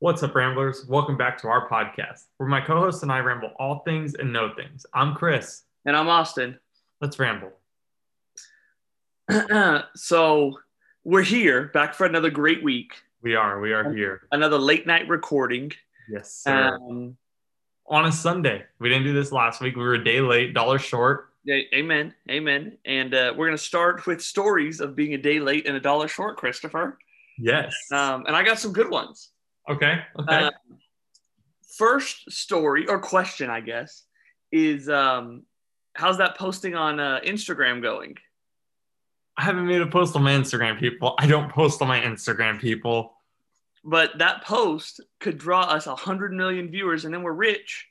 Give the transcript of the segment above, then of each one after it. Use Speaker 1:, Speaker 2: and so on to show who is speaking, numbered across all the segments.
Speaker 1: What's up, Ramblers? Welcome back to our podcast, where my co host and I ramble all things and no things. I'm Chris.
Speaker 2: And I'm Austin.
Speaker 1: Let's ramble.
Speaker 2: so we're here back for another great week,
Speaker 1: We are, we are here.
Speaker 2: another late night recording.
Speaker 1: Yes, sir.
Speaker 2: Um,
Speaker 1: On a Sunday. We didn't do this last week. We were a day late, dollar short.
Speaker 2: a- amen. Amen. And uh, we're going to start with stories of being a day late and a dollar short, Christopher.
Speaker 1: Yes.
Speaker 2: Um, and I got some good ones.
Speaker 1: okay. Okay.
Speaker 2: uh, First story or question, I guess, is um, how's that posting on uh, Instagram going?
Speaker 1: I haven't made a post on my Instagram, people. I don't post on my Instagram, people.
Speaker 2: but that post could draw us 100 million viewers and then we're rich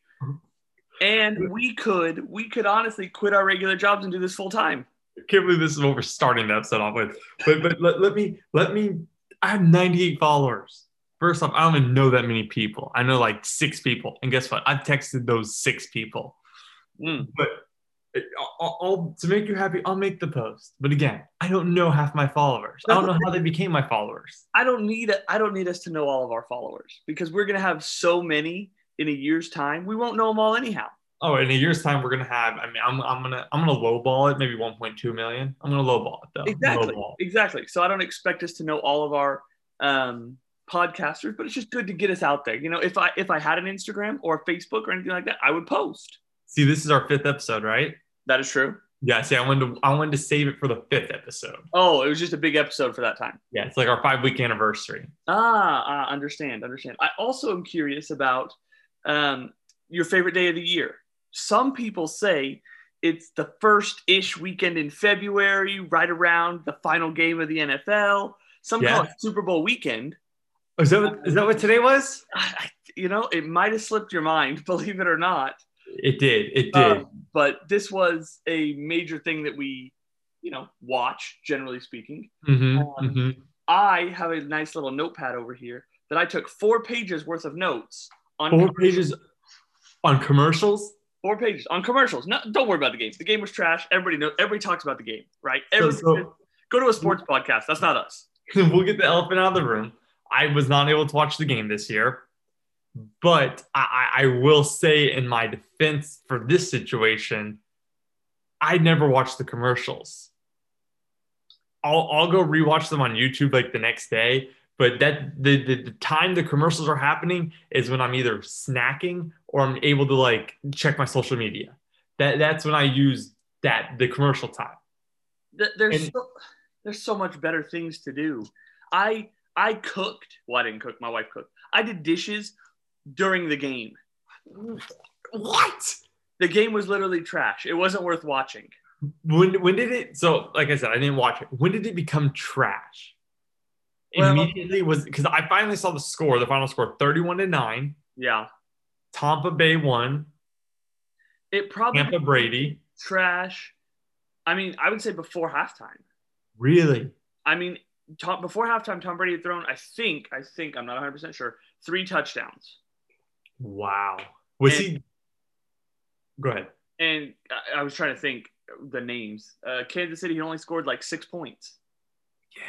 Speaker 2: and we could we could honestly quit our regular jobs and do this full time
Speaker 1: can't believe this is what we're starting the episode off with. But but let, let me let me I have 98 followers. First off, I don't even know that many people. I know like six people. And guess what? I've texted those six people.
Speaker 2: Mm.
Speaker 1: But i I'll, I'll- to make you happy, I'll make the post. But again, I don't know half my followers. I don't know how they became my followers.
Speaker 2: i don't need i don't need us to know all of our followers because we're going to have so many in a year's time we won't know them all anyhow
Speaker 1: Oh, in a year's time, we're gonna have. I mean, I'm, I'm gonna I'm gonna lowball it, maybe 1.2 million. I'm gonna lowball it though.
Speaker 2: exactly
Speaker 1: Lowball.
Speaker 2: exactly so i don't expect us to know all of our um podcasters but it's just good to get us out there you know if i if i had an instagram or facebook or anything like that i would post
Speaker 1: See, this is our fifth episode, right?
Speaker 2: that is true
Speaker 1: Yeah. See, I wanted to I wanted to save it for the fifth episode.
Speaker 2: oh it was just a big episode for that time
Speaker 1: Yeah, it's like our five week anniversary.
Speaker 2: Ah, ah, understand, understand. I also am curious about um, your favorite day of the year. Some people say it's the first ish weekend in February, right around the final game of the NFL. Some call it Super Bowl weekend.
Speaker 1: Oh, Is that what, is that what today was?
Speaker 2: I, I- you know, it might have slipped your mind, believe it or not.
Speaker 1: It did. It did.
Speaker 2: Um, but this was a major thing that we, you know, watch, generally speaking.
Speaker 1: hmm
Speaker 2: um,
Speaker 1: hmm
Speaker 2: I have a nice little notepad over here that I took four pages worth of notes on
Speaker 1: Four pages on commercials.
Speaker 2: four pages on commercials. No, don't worry about the game. The game was trash. Everybody knows. Everybody talks about the game, right?
Speaker 1: So,
Speaker 2: Every,
Speaker 1: so
Speaker 2: go to a sports podcast. That's not us.
Speaker 1: we'll get the elephant out of the room. I was not able to watch the game this year, but I, I I will say in my defense for this situation, I never watched the commercials. I'll, I'll go rewatch them on YouTube like the next day. But that the, the the time the commercials are happening is when I'm either snacking or I'm able to like check my social media. That that's when I use that the commercial time.
Speaker 2: Th- There's
Speaker 1: And-
Speaker 2: so, there's so much better things to do. I I cooked. Well, I didn't cook. My wife cooked. I did dishes during the game.
Speaker 1: What?
Speaker 2: The game was literally trash. It wasn't worth watching.
Speaker 1: When when did it? So like I said, I didn't watch it. When did it become trash?
Speaker 2: Well-
Speaker 1: Immediately was because I finally saw the score, the final score, thirty-one to nine.
Speaker 2: Yeah,
Speaker 1: Tampa Bay won.
Speaker 2: it probably
Speaker 1: Tampa Brady.
Speaker 2: trash. I mean, I would say before halftime.
Speaker 1: Really?
Speaker 2: I mean, Tom, before halftime, Tom Brady had thrown, I think, I think, I'm not 100 percent sure, three touchdowns,
Speaker 1: Wow. Was
Speaker 2: And-
Speaker 1: he? Go ahead.
Speaker 2: and I, I was trying to think the names. Uh, Kansas City had only scored like six points.
Speaker 1: Yeah.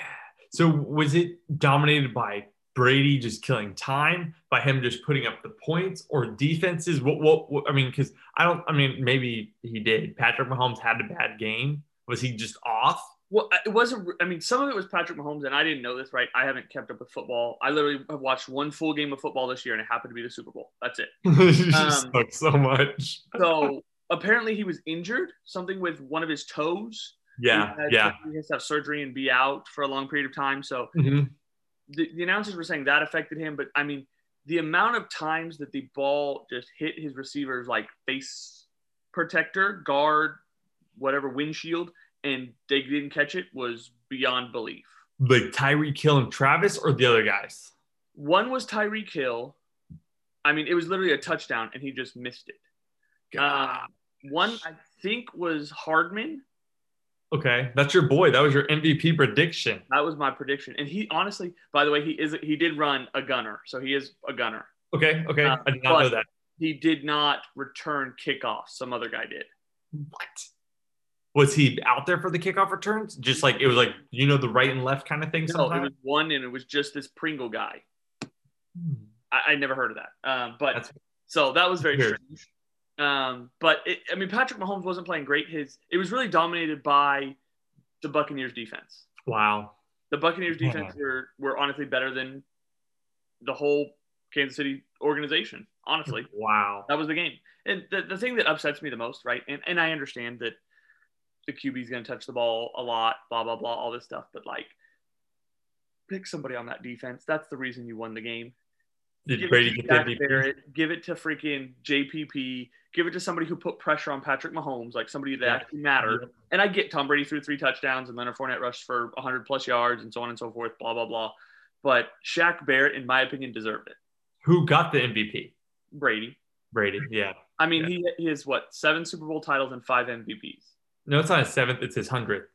Speaker 1: So was it dominated by Brady just killing time, by him just putting up the points, or defenses? What? What? what I mean, because I don't. I mean, maybe he did. Patrick Mahomes had a bad game. Was he just off?
Speaker 2: Well, I- it wasn't. I mean, some of it was Patrick Mahomes, and I didn't know this. Right, I haven't kept up with football. I literally have watched one full game of football this year, and it happened to be the Super Bowl. That's it.
Speaker 1: She
Speaker 2: Um,
Speaker 1: sucks so much.
Speaker 2: So apparently, he was injured, something with one of his toes. He
Speaker 1: Yeah,
Speaker 2: had-
Speaker 1: yeah.
Speaker 2: He has to have surgery and be out for a long period of time. So
Speaker 1: Mhm.
Speaker 2: the, the announcers were saying that affected him, but I mean, the amount of times that the ball just hit his receiver's like face protector, guard, whatever windshield, and they didn't catch it was beyond belief.
Speaker 1: Like Tyree Kill and Travis or the other guys?
Speaker 2: One was Tyreek Hill. I mean, it was literally a touchdown, and he just missed it. Um, one, I think, was Hardman.
Speaker 1: Okay, that's your boy. That was your MVP prediction.
Speaker 2: That was my prediction, and he honestly, by the way, he is he did run a gunner, so he is a gunner.
Speaker 1: Okay, okay.
Speaker 2: Uh,
Speaker 1: I did not know
Speaker 2: but-
Speaker 1: that.
Speaker 2: He did not return kickoffs. Some other guy did.
Speaker 1: What? Was he out there for the kickoff returns? Just like it was like, you know, the right and left kind of thing
Speaker 2: No, it
Speaker 1: sometimes?
Speaker 2: was one, and it was just this Pringle guy.
Speaker 1: Hmm.
Speaker 2: I, I never heard of that. Um, but
Speaker 1: That's-
Speaker 2: so that was very
Speaker 1: Weird.
Speaker 2: strange. Um, but it, I mean, Patrick Mahomes wasn't playing great. His it was really dominated by the Buccaneers defense.
Speaker 1: Wow.
Speaker 2: The Buccaneers
Speaker 1: Yeah.
Speaker 2: defense were were honestly better than the whole Kansas City organization. Honestly,
Speaker 1: Wow.
Speaker 2: that was the game. And the, the thing that upsets me the most, right? And and I understand that the QB is going to touch the ball a lot, blah blah blah, all this stuff. But like, pick somebody on that defense. That's the reason you won the game.
Speaker 1: Did
Speaker 2: Give
Speaker 1: Brady
Speaker 2: it to
Speaker 1: get
Speaker 2: Shaq
Speaker 1: MVP?
Speaker 2: Barrett, give it to freaking JPP. Give it to somebody who put pressure on Patrick Mahomes, like somebody that
Speaker 1: Yeah.
Speaker 2: actually mattered. And I get Tom Brady threw three touchdowns and Leonard Fournette rushed for 100 plus yards and so on and so forth, blah blah blah. But Shaq Barrett, in my opinion, deserved it.
Speaker 1: Who got the MVP?
Speaker 2: Brady.
Speaker 1: Brady. Yeah.
Speaker 2: I mean, he, he has what seven Super Bowl titles and five MVPs.
Speaker 1: No, it's not his seventh. It's his hundredth.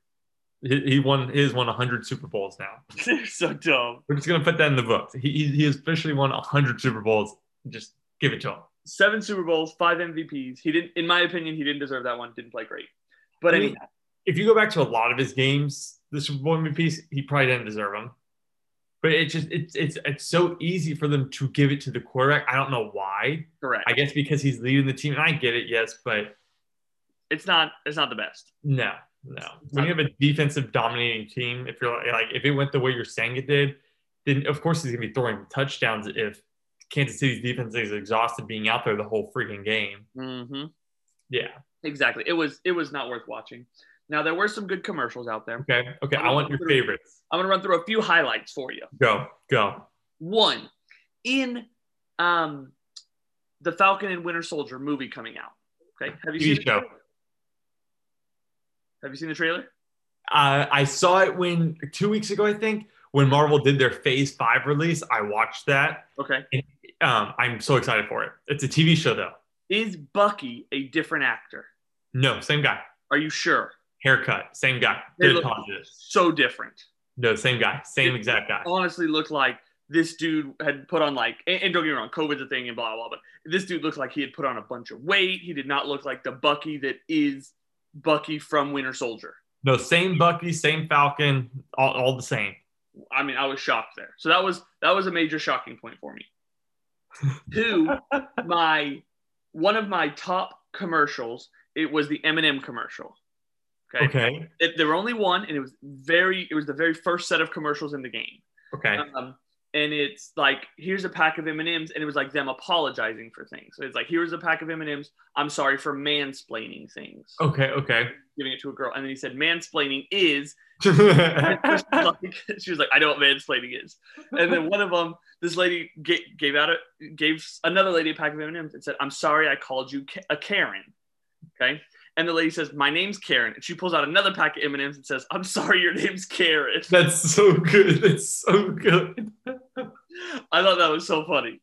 Speaker 1: He, he won. He has won hundred Super Bowls now.
Speaker 2: They're so dumb.
Speaker 1: We're just gonna put that in the books. He he, he has officially won hundred Super Bowls. Just give it to him.
Speaker 2: Seven Super Bowls, five MVPs. He didn't, in my opinion, he didn't deserve that one. Didn't play great. But
Speaker 1: I mean,
Speaker 2: anyhow,
Speaker 1: If you go back to a lot of his games, the Super Bowl MVPs, he probably didn't deserve them. But it's just it's it's it's so easy for them to give it to the quarterback. I don't know why.
Speaker 2: correct.
Speaker 1: I guess because he's leading the team, and I get it, yes, but
Speaker 2: it's not. It's not the best.
Speaker 1: no, no. When you have a defensive dominating team, if you're like if it went the way you're saying it did, then of course he's gonna be throwing touchdowns if Kansas City's defense is exhausted being out there the whole freaking game.
Speaker 2: Mm-hmm.
Speaker 1: Yeah.
Speaker 2: Exactly. It was it was not worth watching. Now there were some good commercials out there.
Speaker 1: Okay. Okay. I want your favorites.
Speaker 2: I'm gonna run through a few highlights for you.
Speaker 1: Go. Go.
Speaker 2: One, in um the Falcon and Winter Soldier movie coming out. Okay. Have you
Speaker 1: TV
Speaker 2: seen the
Speaker 1: show.
Speaker 2: trailer? Have you seen the trailer?
Speaker 1: Uh, I saw it when two weeks ago, I think, when Marvel did their Phase Five release. I watched that.
Speaker 2: Okay.
Speaker 1: Um, I'm so excited for it. It's a TV show though.
Speaker 2: Is Bucky a different actor?
Speaker 1: No, same guy.
Speaker 2: Are you sure?
Speaker 1: Haircut, same guy.
Speaker 2: They
Speaker 1: Did
Speaker 2: look
Speaker 1: positive.
Speaker 2: so different.
Speaker 1: No, same guy, same exact guy.
Speaker 2: Honestly, looked like this dude had put on like, and, and don't get me wrong, COVID's a thing and blah blah. blah, But this dude looked like he had put on a bunch of weight. He did not look like the Bucky that is Bucky from Winter Soldier.
Speaker 1: No, same Bucky, same Falcon, all, all the same.
Speaker 2: I mean, I was shocked there. So that was that was a major shocking point for me. Two, my one of my top commercials. It was the Eminem commercial. Okay,
Speaker 1: Okay.
Speaker 2: It- there were only one, and it was very. It was the very first set of commercials in the game.
Speaker 1: Okay.
Speaker 2: Um, and it's like, here's a pack of M and M's, and it was like them apologizing for things. So it's like, here's a pack of M and M's. I'm sorry for mansplaining things,
Speaker 1: Okay. Okay.
Speaker 2: giving it to a girl. And then he said, mansplaining is. And she was
Speaker 1: okay.
Speaker 2: like- she was like, I know what mansplaining is. And then one of them, this lady ga- gave out a gave another lady a pack of M and M's and said, I'm sorry, I called you Ka- a Karen. Okay. And the lady says, My name's Karen. And she pulls out another pack of M and M's and says, I'm sorry, your name's Karen.
Speaker 1: That's so good. That's so good.
Speaker 2: I thought that was so funny.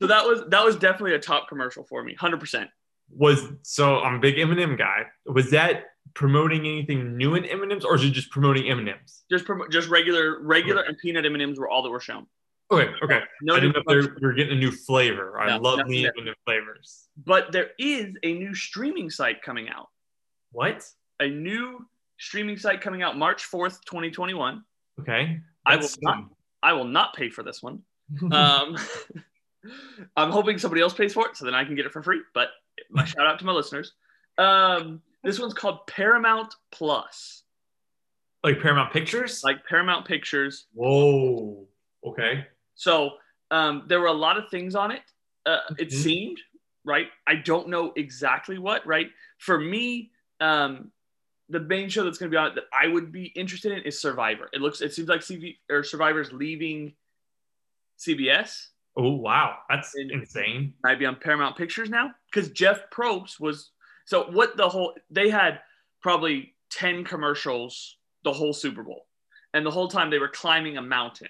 Speaker 2: So that was that was definitely a top commercial for me, hundred percent.
Speaker 1: Was so I'm a big Eminem guy. Was that promoting anything new in Eminems, or is it just promoting Eminems?
Speaker 2: Just prom- just regular regular and peanut M and M's were all that were shown.
Speaker 1: Okay. Okay.
Speaker 2: No,
Speaker 1: I didn't
Speaker 2: new
Speaker 1: know if
Speaker 2: commercials.
Speaker 1: they're- we are getting a new flavor. I
Speaker 2: No,
Speaker 1: love
Speaker 2: nothing
Speaker 1: the
Speaker 2: there.
Speaker 1: new flavors.
Speaker 2: but there is a new streaming site coming out.
Speaker 1: What?
Speaker 2: A new streaming site coming out March fourth, twenty twenty one.
Speaker 1: Okay.
Speaker 2: I
Speaker 1: That's
Speaker 2: will not- I will not pay for this one. Um, I'm hoping somebody else pays for it, so then I can get it for free. But my shout out to my listeners. Um, this one's called Paramount Plus,
Speaker 1: like Paramount Pictures.
Speaker 2: like Paramount Pictures.
Speaker 1: whoa. Okay.
Speaker 2: So um, there were a lot of things on it. Uh, It
Speaker 1: Mhm.
Speaker 2: seemed right. I don't know exactly what. Right. For me, um, the main show that's going to be on it that I would be interested in is Survivor. It looks. It seems like CV or Survivor's leaving CBS.
Speaker 1: Oh wow, that's
Speaker 2: And-
Speaker 1: insane.
Speaker 2: Might be on Paramount Pictures now because Jeff Probst was. So what the whole they had probably ten commercials the whole Super Bowl, and the whole time they were climbing a mountain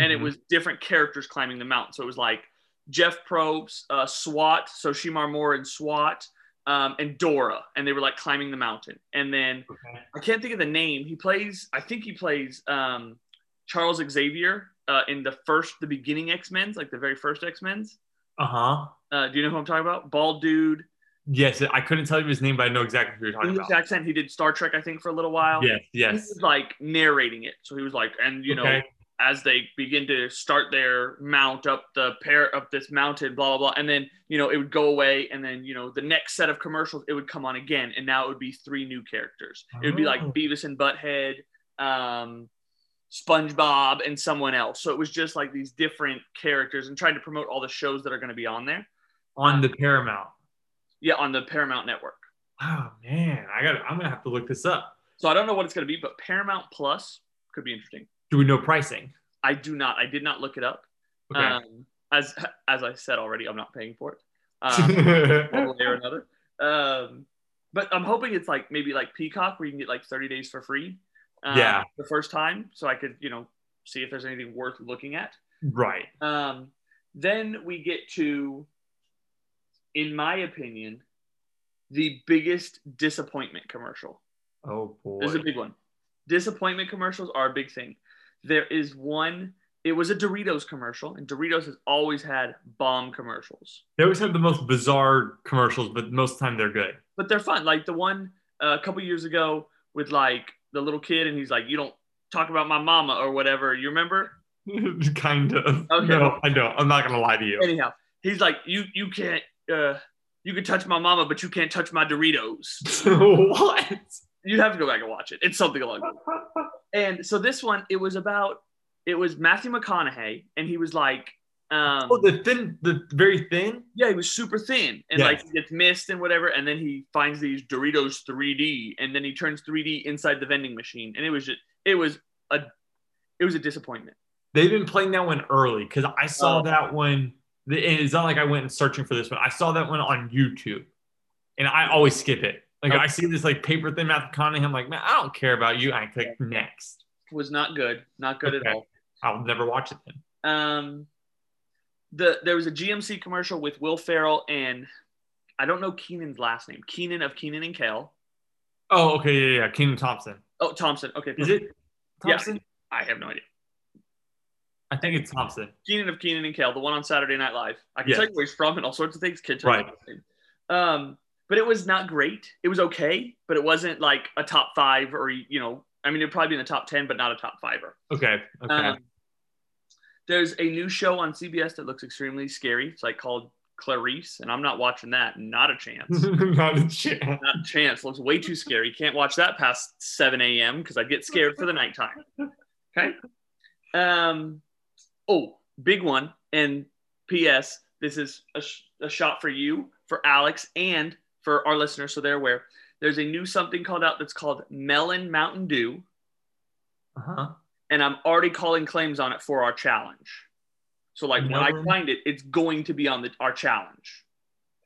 Speaker 2: and it
Speaker 1: Mhm.
Speaker 2: was different characters climbing the mountain. So it was like Jeff Probst, uh, SWAT, so Shemar Moore and SWAT, um, and Dora, and they were like climbing the mountain. And then
Speaker 1: Okay.
Speaker 2: I can't think of the name. He plays, I think he plays um, Charles Xavier uh, in the first, the beginning X Men's, like the very first X Men's.
Speaker 1: Uh huh.
Speaker 2: Uh, do you know who I'm talking about? Bald dude,
Speaker 1: Yes, I couldn't tell you his name, but I know exactly who you're talking
Speaker 2: English
Speaker 1: about.
Speaker 2: accent. He did Star Trek, I think, for a little while.
Speaker 1: Yes.
Speaker 2: He
Speaker 1: Yes.
Speaker 2: was like narrating it. So he was like, and you know,
Speaker 1: Okay.
Speaker 2: as they begin to start their mount up the pair up this mounted blah blah blah and then you know it would go away and then you know the next set of commercials it would come on again and now it would be three new characters it would be like
Speaker 1: Oh.
Speaker 2: beavis and butthead um spongebob and someone else so it was just like these different characters and trying to promote all the shows that are going to be on there
Speaker 1: on the Paramount.
Speaker 2: yeah on the paramount network
Speaker 1: Oh man, I got. I'm gonna have to look this up.
Speaker 2: so i don't know what it's going to be but paramount plus could be interesting
Speaker 1: Do we know pricing?
Speaker 2: i do not i did not look it up
Speaker 1: Okay.
Speaker 2: Um, as as I said already, I'm not paying for it, um, one way or another. Um, but I'm hoping it's like maybe like Peacock, where you can get like 30 days for free. Um,
Speaker 1: Yeah.
Speaker 2: The first time, so I could you know see if there's anything worth looking at.
Speaker 1: right.
Speaker 2: Um, then we get to, in my opinion, the biggest disappointment commercial.
Speaker 1: Oh boy.
Speaker 2: This is a big one. Disappointment commercials are a big thing. There is one. It was a Doritos commercial, and Doritos has always had bomb commercials,
Speaker 1: They always have the most bizarre commercials, but most of the time they're good.
Speaker 2: but they're fun. Like the one uh, a couple years ago with like the little kid, and he's like, "You don't talk about my mama or whatever." You remember?
Speaker 1: kind of.
Speaker 2: Okay.
Speaker 1: No, I don't. I'm not gonna lie to you.
Speaker 2: Anyhow, he's like, "You you can't uh, you can touch my mama, but you can't touch my Doritos."
Speaker 1: what?
Speaker 2: You'd have to go back and watch it. It's something along those And so this one, it was about it was Matthew McConaughey, and he was like, um,
Speaker 1: Oh, the thin, the very thin.
Speaker 2: yeah, he was super thin, and like he gets missed and whatever, and then he finds these Doritos 3D, and then he turns 3D inside the vending machine, and it was just it was a it was a disappointment.
Speaker 1: They've been playing that one early because I saw
Speaker 2: Oh.
Speaker 1: that one. the- It's not like I went and searching for this one. I saw that one on YouTube, and I always skip it. Like
Speaker 2: Okay.
Speaker 1: I see this like paper thin Matthew McConaughey. I'm like, man, I don't care about you. I click next.
Speaker 2: Was not good, not good
Speaker 1: Okay.
Speaker 2: at all.
Speaker 1: I'll never watch it then.
Speaker 2: Um, the there was a GMC commercial with Will Ferrell and I don't know Keenan's last name, Keenan of Keenan and Kel.
Speaker 1: Oh, okay, yeah, yeah, yeah. Keenan Thompson.
Speaker 2: Oh, Thompson. Okay,
Speaker 1: Is it
Speaker 2: Yeah.
Speaker 1: Thompson?
Speaker 2: I have no idea.
Speaker 1: I think it's Thompson.
Speaker 2: Keenan of Keenan and Kel, the one on Saturday Night Live. I can
Speaker 1: Yes.
Speaker 2: tell you where he's from and all sorts of things. Kid
Speaker 1: Right.
Speaker 2: Um, but it was not great. It was okay, but it wasn't like a top five or you know, I mean, it'd probably be in the top ten, but not a top fiver.
Speaker 1: Okay, okay.
Speaker 2: Um, there's a new show on CBS that looks extremely scary. It's like called Clarice, and I'm not watching that. Not a chance.
Speaker 1: Not a chance.
Speaker 2: not a chance. Looks way too scary. Can't watch that past 7 a.m. because I get scared for the nighttime. Okay. Um. Oh, big one. And P.S. This is a, sh- a shot for you, for Alex, and for our listeners, so they're aware. There's a new something called out that's called Melon Mountain Dew,
Speaker 1: Uh-huh.
Speaker 2: and I'm already calling claims on it for our challenge. So, like when I
Speaker 1: Melon?
Speaker 2: find it, it's going to be on the our challenge.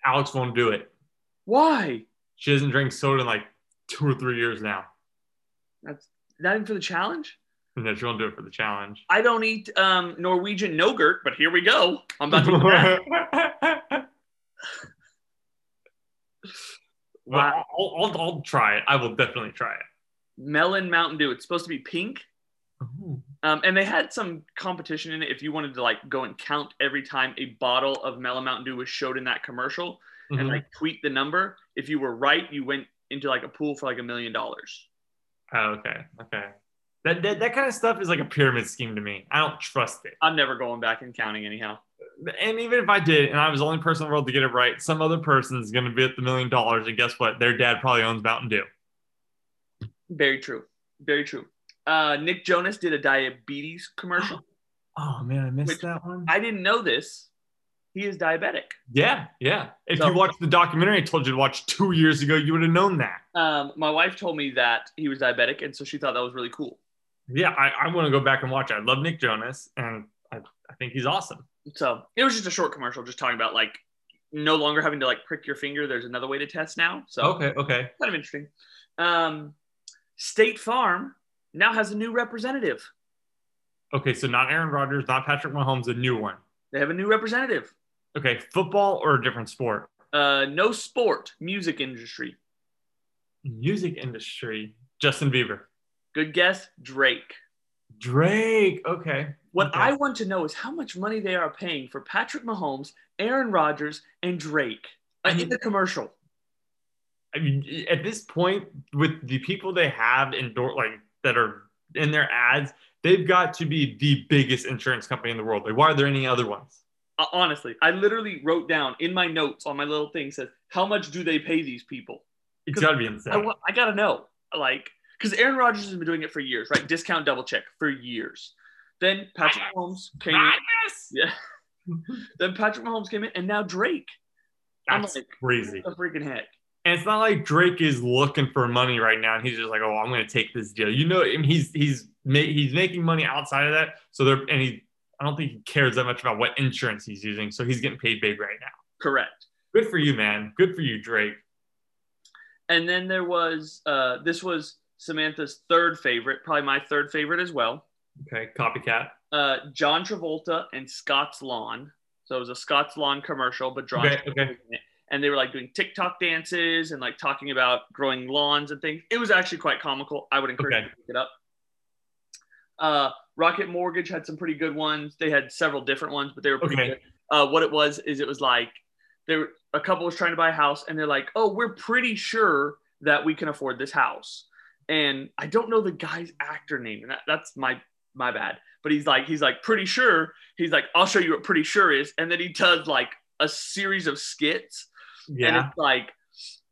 Speaker 1: Alex won't do it.
Speaker 2: Why?
Speaker 1: She doesn't drink soda in like two or three years now.
Speaker 2: That's not even for the challenge.
Speaker 1: No, she won't do it for the challenge.
Speaker 2: I don't eat um, Norwegian yogurt, but here we go. I'm about to eat that.
Speaker 1: well,
Speaker 2: Wow.
Speaker 1: I'll, I'll, I'll try it. I will definitely try it.
Speaker 2: melon Mountain Dew. It's supposed to be pink, um, and they had some competition in it. If you wanted to like go and count every time a bottle of melon Mountain Dew was showed in that commercial, and
Speaker 1: Mhm.
Speaker 2: like tweet the number. If you were right, you went into like a pool for like a million dollars.
Speaker 1: Oh, okay, okay. That, that, that kind of stuff is like a pyramid scheme to me. I don't trust it.
Speaker 2: I'm never going back and counting anyhow.
Speaker 1: And even if I did, and I was the only person in the world to get it right, some other person's going to be at the million dollars. And guess what? Their dad probably owns Mountain Dew.
Speaker 2: Very true. Very true. Uh, Nick Jonas did a diabetes commercial.
Speaker 1: Oh, man, I missed
Speaker 2: Which-
Speaker 1: that one.
Speaker 2: I didn't know this. He is diabetic.
Speaker 1: yeah, yeah. If
Speaker 2: So-
Speaker 1: you watched the documentary I told you to watch two years ago, you would have known that.
Speaker 2: Um, my wife told me that he was diabetic, and so she thought that was really cool.
Speaker 1: Yeah, I, I want to go back and watch. it. I love Nick Jonas, and I, I think he's awesome.
Speaker 2: So it was just a short commercial, just talking about like no longer having to like prick your finger. There's another way to test now. So
Speaker 1: Okay, okay.
Speaker 2: kind of interesting. Um, State Farm now has a new representative.
Speaker 1: Okay, so not Aaron Rodgers, not Patrick Mahomes, a new one.
Speaker 2: They have a new representative.
Speaker 1: Okay, football or a different sport?
Speaker 2: Uh, no sport, music industry.
Speaker 1: Music industry, Justin Bieber.
Speaker 2: Good guess, Drake.
Speaker 1: Drake, okay.
Speaker 2: What
Speaker 1: Okay.
Speaker 2: I want to know is how much money they are paying for Patrick Mahomes, Aaron Rodgers, and Drake uh, in the commercial.
Speaker 1: I mean, at this point, with the people they have in door, like that are in their ads, They've got to be the biggest insurance company in the world. Like, why are there any other ones?
Speaker 2: Uh, honestly, I literally wrote down in my notes on my little thing says, how much do they pay these people?
Speaker 1: It's got to be insane.
Speaker 2: I, wa- I gotta know, like, because Aaron Rodgers has been doing it for years, right? Discount double check for years. Then Patrick
Speaker 1: Yes.
Speaker 2: Mahomes came. In,
Speaker 1: Madness!
Speaker 2: yeah. then Patrick Mahomes came in, and now Drake. I'm
Speaker 1: That's
Speaker 2: like,
Speaker 1: crazy.
Speaker 2: what the freaking heck?
Speaker 1: And it's not like Drake is looking for money right now, and he's just like, "Oh, I'm going to take this deal." You know, I mean, he's he's ma- he's making money outside of that, so they're and he I don't think he cares that much about what insurance he's using, so he's getting paid big right now.
Speaker 2: Correct.
Speaker 1: Good for you, man. Good for you, Drake.
Speaker 2: And then there was uh, this was Samantha's third favorite, probably my third favorite as well.
Speaker 1: Okay, copycat.
Speaker 2: Uh, John Travolta and Scott's Lawn. So it was a Scott's Lawn commercial, but John
Speaker 1: Okay, okay.
Speaker 2: and they were like doing TikTok dances and like talking about growing lawns and things. It was actually quite comical. I would encourage
Speaker 1: Okay.
Speaker 2: you to pick it up. Uh, Rocket Mortgage had some pretty good ones. They had several different ones, but they were pretty
Speaker 1: Okay.
Speaker 2: good. Uh, what it was is it was like there were- a couple was trying to buy a house and they're like, oh, we're pretty sure that we can afford this house. And I don't know the guy's actor name, and that, that's my my bad. But he's like, he's like pretty sure. He's like, I'll show you what pretty sure is, and then he does like a series of skits and
Speaker 1: Yeah.
Speaker 2: it's like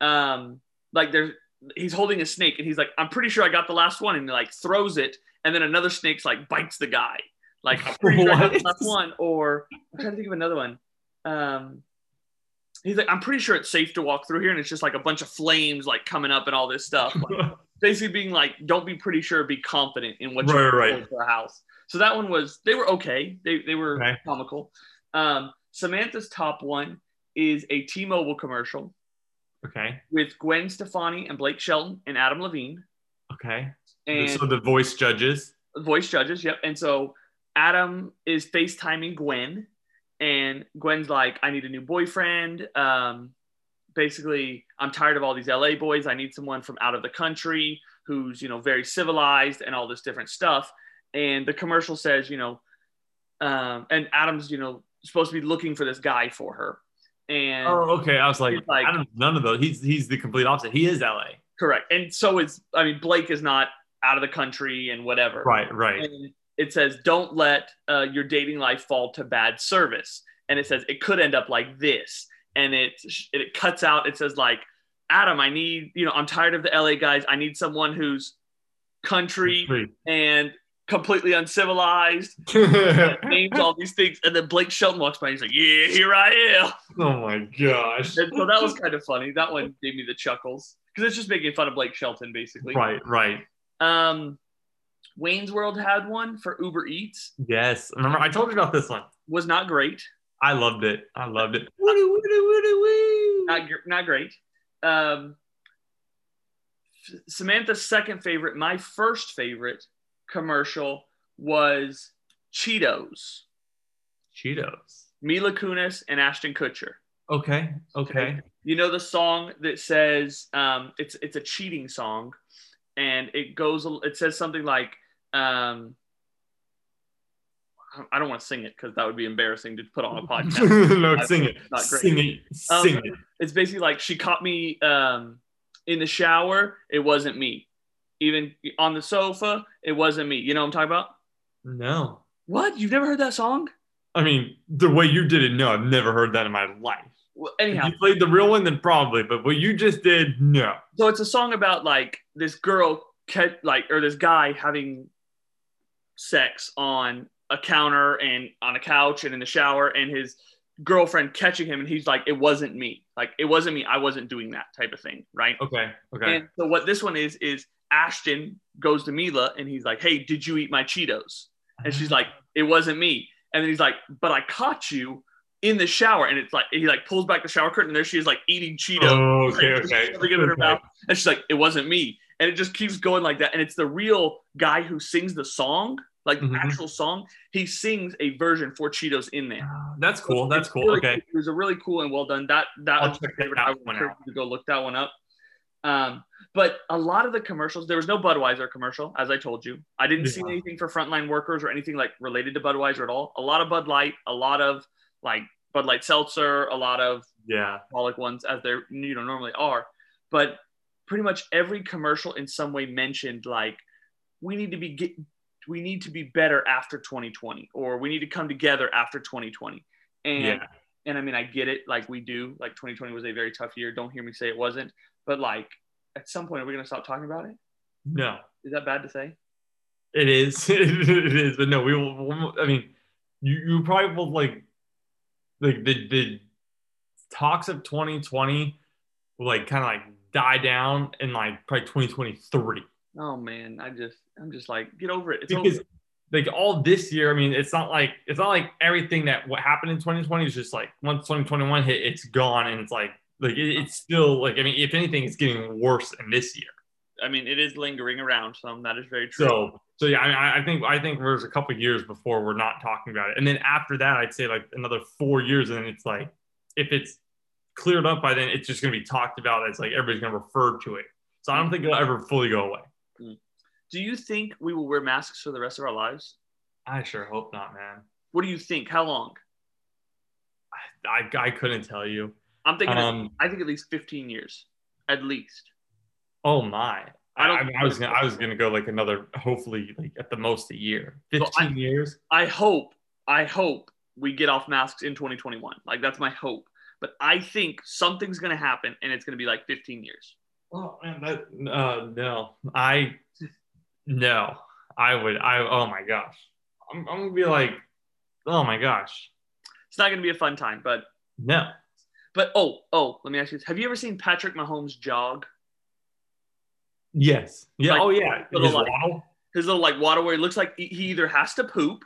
Speaker 2: um like there's he's holding a snake and he's like i'm pretty sure i got the last one and he like throws it and then another snake's like bites the guy like i'm pretty sure i got the
Speaker 1: What?
Speaker 2: last one or i'm trying to think of another one um he's like i'm pretty sure it's safe to walk through here and it's just like a bunch of flames like coming up and all this stuff Like,
Speaker 1: right,
Speaker 2: basically being like don't be pretty sure be confident in what
Speaker 1: right,
Speaker 2: you're
Speaker 1: right.
Speaker 2: for a house. So that one was they were okay. They they were
Speaker 1: Okay.
Speaker 2: comical. Um, Samantha's top one is a T-Mobile commercial
Speaker 1: Okay,
Speaker 2: with Gwen Stefani and Blake Shelton and Adam Levine
Speaker 1: okay.
Speaker 2: and
Speaker 1: so the voice judges.
Speaker 2: voice judges. Yep. And so Adam is FaceTiming Gwen, and Gwen's like, I need a new boyfriend. Um, basically, I'm tired of all these LA boys. I need someone from out of the country who's, you know, very civilized and all this different stuff. And the commercial says, you know, um, and Adam's, you know, supposed to be looking for this guy for her. And
Speaker 1: Oh, okay. I was like,
Speaker 2: It's like-
Speaker 1: I don't none of those. He's he's the complete opposite. He is LA.
Speaker 2: correct. And so is, I mean, Blake is not out of the country and whatever.
Speaker 1: Right, right.
Speaker 2: and it says don't let uh, your dating life fall to bad service and it says it could end up like this and it it cuts out it says like adam i need you know i'm tired of the la guys i need someone who's country and completely uncivilized names all these things and then blake shelton walks by and he's like yeah here i am
Speaker 1: oh my gosh.
Speaker 2: and so that was kind of funny that one gave me the chuckles because it's just making fun of blake shelton basically
Speaker 1: Right, right.
Speaker 2: um wayne's world had one for uber eats
Speaker 1: Yes. Remember, I told you about this one.
Speaker 2: was not great
Speaker 1: I loved it. I loved it. Woody, woody, woody, woo.
Speaker 2: not gr- not great. Um, S- Samantha's second favorite, my first favorite commercial was Cheetos.
Speaker 1: Cheetos.
Speaker 2: Mila Kunis and Ashton Kutcher.
Speaker 1: Okay, okay.
Speaker 2: You know the song that says um, it's it's a cheating song, and it goes a- it says something like um, I- I don't want to sing it because that would be embarrassing to put on a podcast.
Speaker 1: no,
Speaker 2: I-
Speaker 1: sing it.
Speaker 2: not great.
Speaker 1: Sing it.
Speaker 2: Um,
Speaker 1: Sing it.
Speaker 2: it's basically like she caught me um, in the shower. It wasn't me. Even on the sofa, it wasn't me. You know what I'm talking about?
Speaker 1: No.
Speaker 2: What? You've never heard that song?
Speaker 1: I mean, the way you did it, no, I've never heard that in my life.
Speaker 2: Well,
Speaker 1: If
Speaker 2: anyhow,
Speaker 1: you played the real one, then probably, but what you just did, no.
Speaker 2: so it's a song about like this girl, ca- like or this guy having sex on a counter and on a couch and in the shower, and his girlfriend catching him, and he's like, "It wasn't me. Like it wasn't me. I wasn't doing that type of thing." Right?
Speaker 1: Okay, okay.
Speaker 2: And so what this one is is Ashton goes to Mila and he's like, "Hey, did you eat my Cheetos?" And she's like, "It wasn't me." And then he's like, "But I caught you in the shower." And it's like he like pulls back the shower curtain and there she is like eating Cheetos,
Speaker 1: Oh,
Speaker 2: like,
Speaker 1: okay,
Speaker 2: just
Speaker 1: okay.
Speaker 2: shoving it in her
Speaker 1: Okay.
Speaker 2: mouth. and she's like, "It wasn't me." And it just keeps going like that. And it's the real guy who sings the song, like
Speaker 1: Mhm.
Speaker 2: the actual song. He sings a version for Cheetos in there.
Speaker 1: That's cool. That's
Speaker 2: It's
Speaker 1: cool.
Speaker 2: really
Speaker 1: Okay.
Speaker 2: It was a really cool and well done. That that
Speaker 1: I'll
Speaker 2: was my
Speaker 1: check
Speaker 2: favorite.
Speaker 1: that
Speaker 2: I would
Speaker 1: one
Speaker 2: encourage
Speaker 1: out.
Speaker 2: you to go look that one up. Um, but a lot of the commercials, there was no Budweiser commercial, as I told you. I didn't see
Speaker 1: Yeah.
Speaker 2: anything for frontline workers or anything like related to Budweiser at all. A lot of Bud Light, a lot of like Bud Light Seltzer, a lot of
Speaker 1: Yeah.
Speaker 2: alcoholic ones as they you know normally are but pretty much every commercial in some way mentioned like we need to be get, we need to be better after 2020 or we need to come together after 2020 and
Speaker 1: Yeah.
Speaker 2: and i mean i get it like we do like 2020 was a very tough year don't hear me say it wasn't but like at some point are we going to stop talking about it
Speaker 1: No,
Speaker 2: is that bad to say
Speaker 1: it is. it is. But no, we will. we'll- I mean, you, you probably will like, like the, the talks of 2020 will like kind of like die down in like probably 2023.
Speaker 2: oh man i just i'm just like get over it it's
Speaker 1: because
Speaker 2: over
Speaker 1: like all this year, I mean, it's not like it's not like everything that what happened in 2020 is just like once 2021 hit, it's gone, and it's like like it, it's still like I mean, if anything, it's getting worse in this year.
Speaker 2: i mean it is lingering around some that is very true
Speaker 1: So so yeah, I mean, I, I think I think there's a couple years before we're not talking about it, and then after that, I'd say like another four years, and then it's like if it's cleared up by then, it's just gonna be talked about. It's like everybody's gonna refer to it. So I don't think it'll ever fully go away.
Speaker 2: do you think we will wear masks for the rest of our lives
Speaker 1: I sure hope not, man.
Speaker 2: what do you think how long
Speaker 1: I, I, I couldn't tell you.
Speaker 2: i'm thinking at-
Speaker 1: Um,
Speaker 2: i think at least 15 years at least
Speaker 1: Oh my!
Speaker 2: I
Speaker 1: I,
Speaker 2: don't-
Speaker 1: I, mean, I was gonna, I was gonna go like another, hopefully like at the most a year,
Speaker 2: Well, I-
Speaker 1: fifteen years.
Speaker 2: I hope, I hope we get off masks in 2021. Like that's my hope. But I think something's gonna happen, and it's gonna be like 15 years.
Speaker 1: Oh man, that uh, no, I no, I would, I oh my gosh, I'm, I'm gonna be like, oh my gosh,
Speaker 2: It's not gonna be a fun time. But
Speaker 1: no,
Speaker 2: but oh oh, let me ask you this: Have you ever seen Patrick Mahomes jog?
Speaker 1: yes, yeah,
Speaker 2: Like,
Speaker 1: oh yeah,
Speaker 2: little
Speaker 1: His
Speaker 2: like-
Speaker 1: waddle?
Speaker 2: His little like water where he looks like he he either has to poop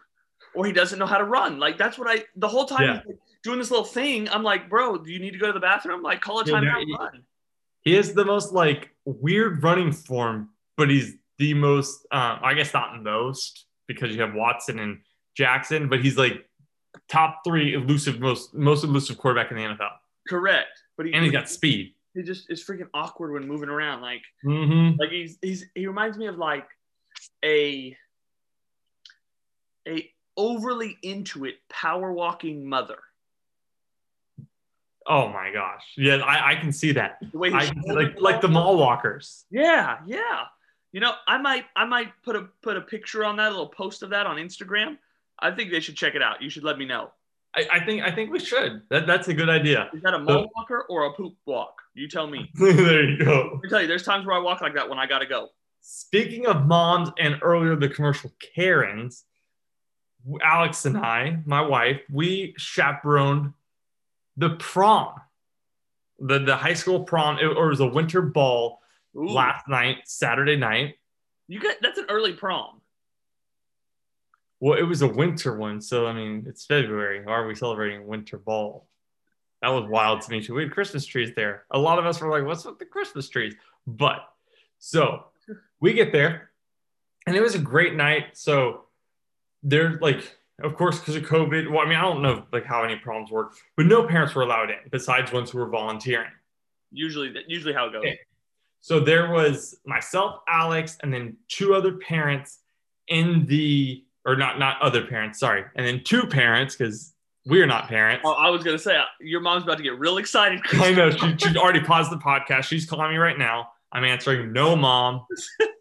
Speaker 2: or he doesn't know how to run. Like that's what I the whole time
Speaker 1: Yeah.
Speaker 2: he's like, doing this little thing. I'm like, bro, do you need to go to the bathroom? Like call a
Speaker 1: Yeah,
Speaker 2: timeout,
Speaker 1: no,
Speaker 2: and
Speaker 1: he-
Speaker 2: run.
Speaker 1: He is the most like weird running form, but he's the most, um, I guess not most because you have Watson and Jackson, but he's like top three elusive, most most elusive quarterback in the NFL.
Speaker 2: Correct. But he,
Speaker 1: and he's got speed.
Speaker 2: he just is freaking awkward when moving around. Like
Speaker 1: Mm-hmm.
Speaker 2: Like he's he's he reminds me of like a a overly into it power walking mother.
Speaker 1: Oh my gosh! Yeah, I, I can see that.
Speaker 2: The way
Speaker 1: I
Speaker 2: his
Speaker 1: can see,
Speaker 2: shoulders
Speaker 1: like like the mall walkers.
Speaker 2: Yeah, yeah. You know, I might I might put a put a picture on that, a little post of that on Instagram. I think they should check it out. You should let me know.
Speaker 1: I, I think I think we should. That, that's a good idea.
Speaker 2: Is that a mole walker or a poop walk? You tell me.
Speaker 1: there you go.
Speaker 2: Let me tell you, there's times where I walk like that when I gotta go.
Speaker 1: Speaking of moms and earlier the commercial Karens, Alex and I, my wife, we chaperoned the prom, the the high school prom, it, or it was a winter ball
Speaker 2: Ooh,
Speaker 1: last night, Saturday night.
Speaker 2: you got that's an early prom.
Speaker 1: Well, it was a winter one, so I mean, it's February. Why are we celebrating winter ball? That was wild to me too. We had Christmas trees there. A lot of us were like, "What's with the Christmas trees?" But so we get there, and it was a great night. So there, like, of course, because of COVID. Well, I mean, I don't know like how any problems work, but no parents were allowed in besides ones who were volunteering.
Speaker 2: Usually that usually how it goes.
Speaker 1: Yeah. So there was myself, Alex, and then two other parents in the or not not other parents, sorry, and then two parents because we're not parents.
Speaker 2: Oh, I was gonna say your mom's about to get real excited.
Speaker 1: I know she, she already paused the podcast. She's calling me right now. I'm answering no, mom.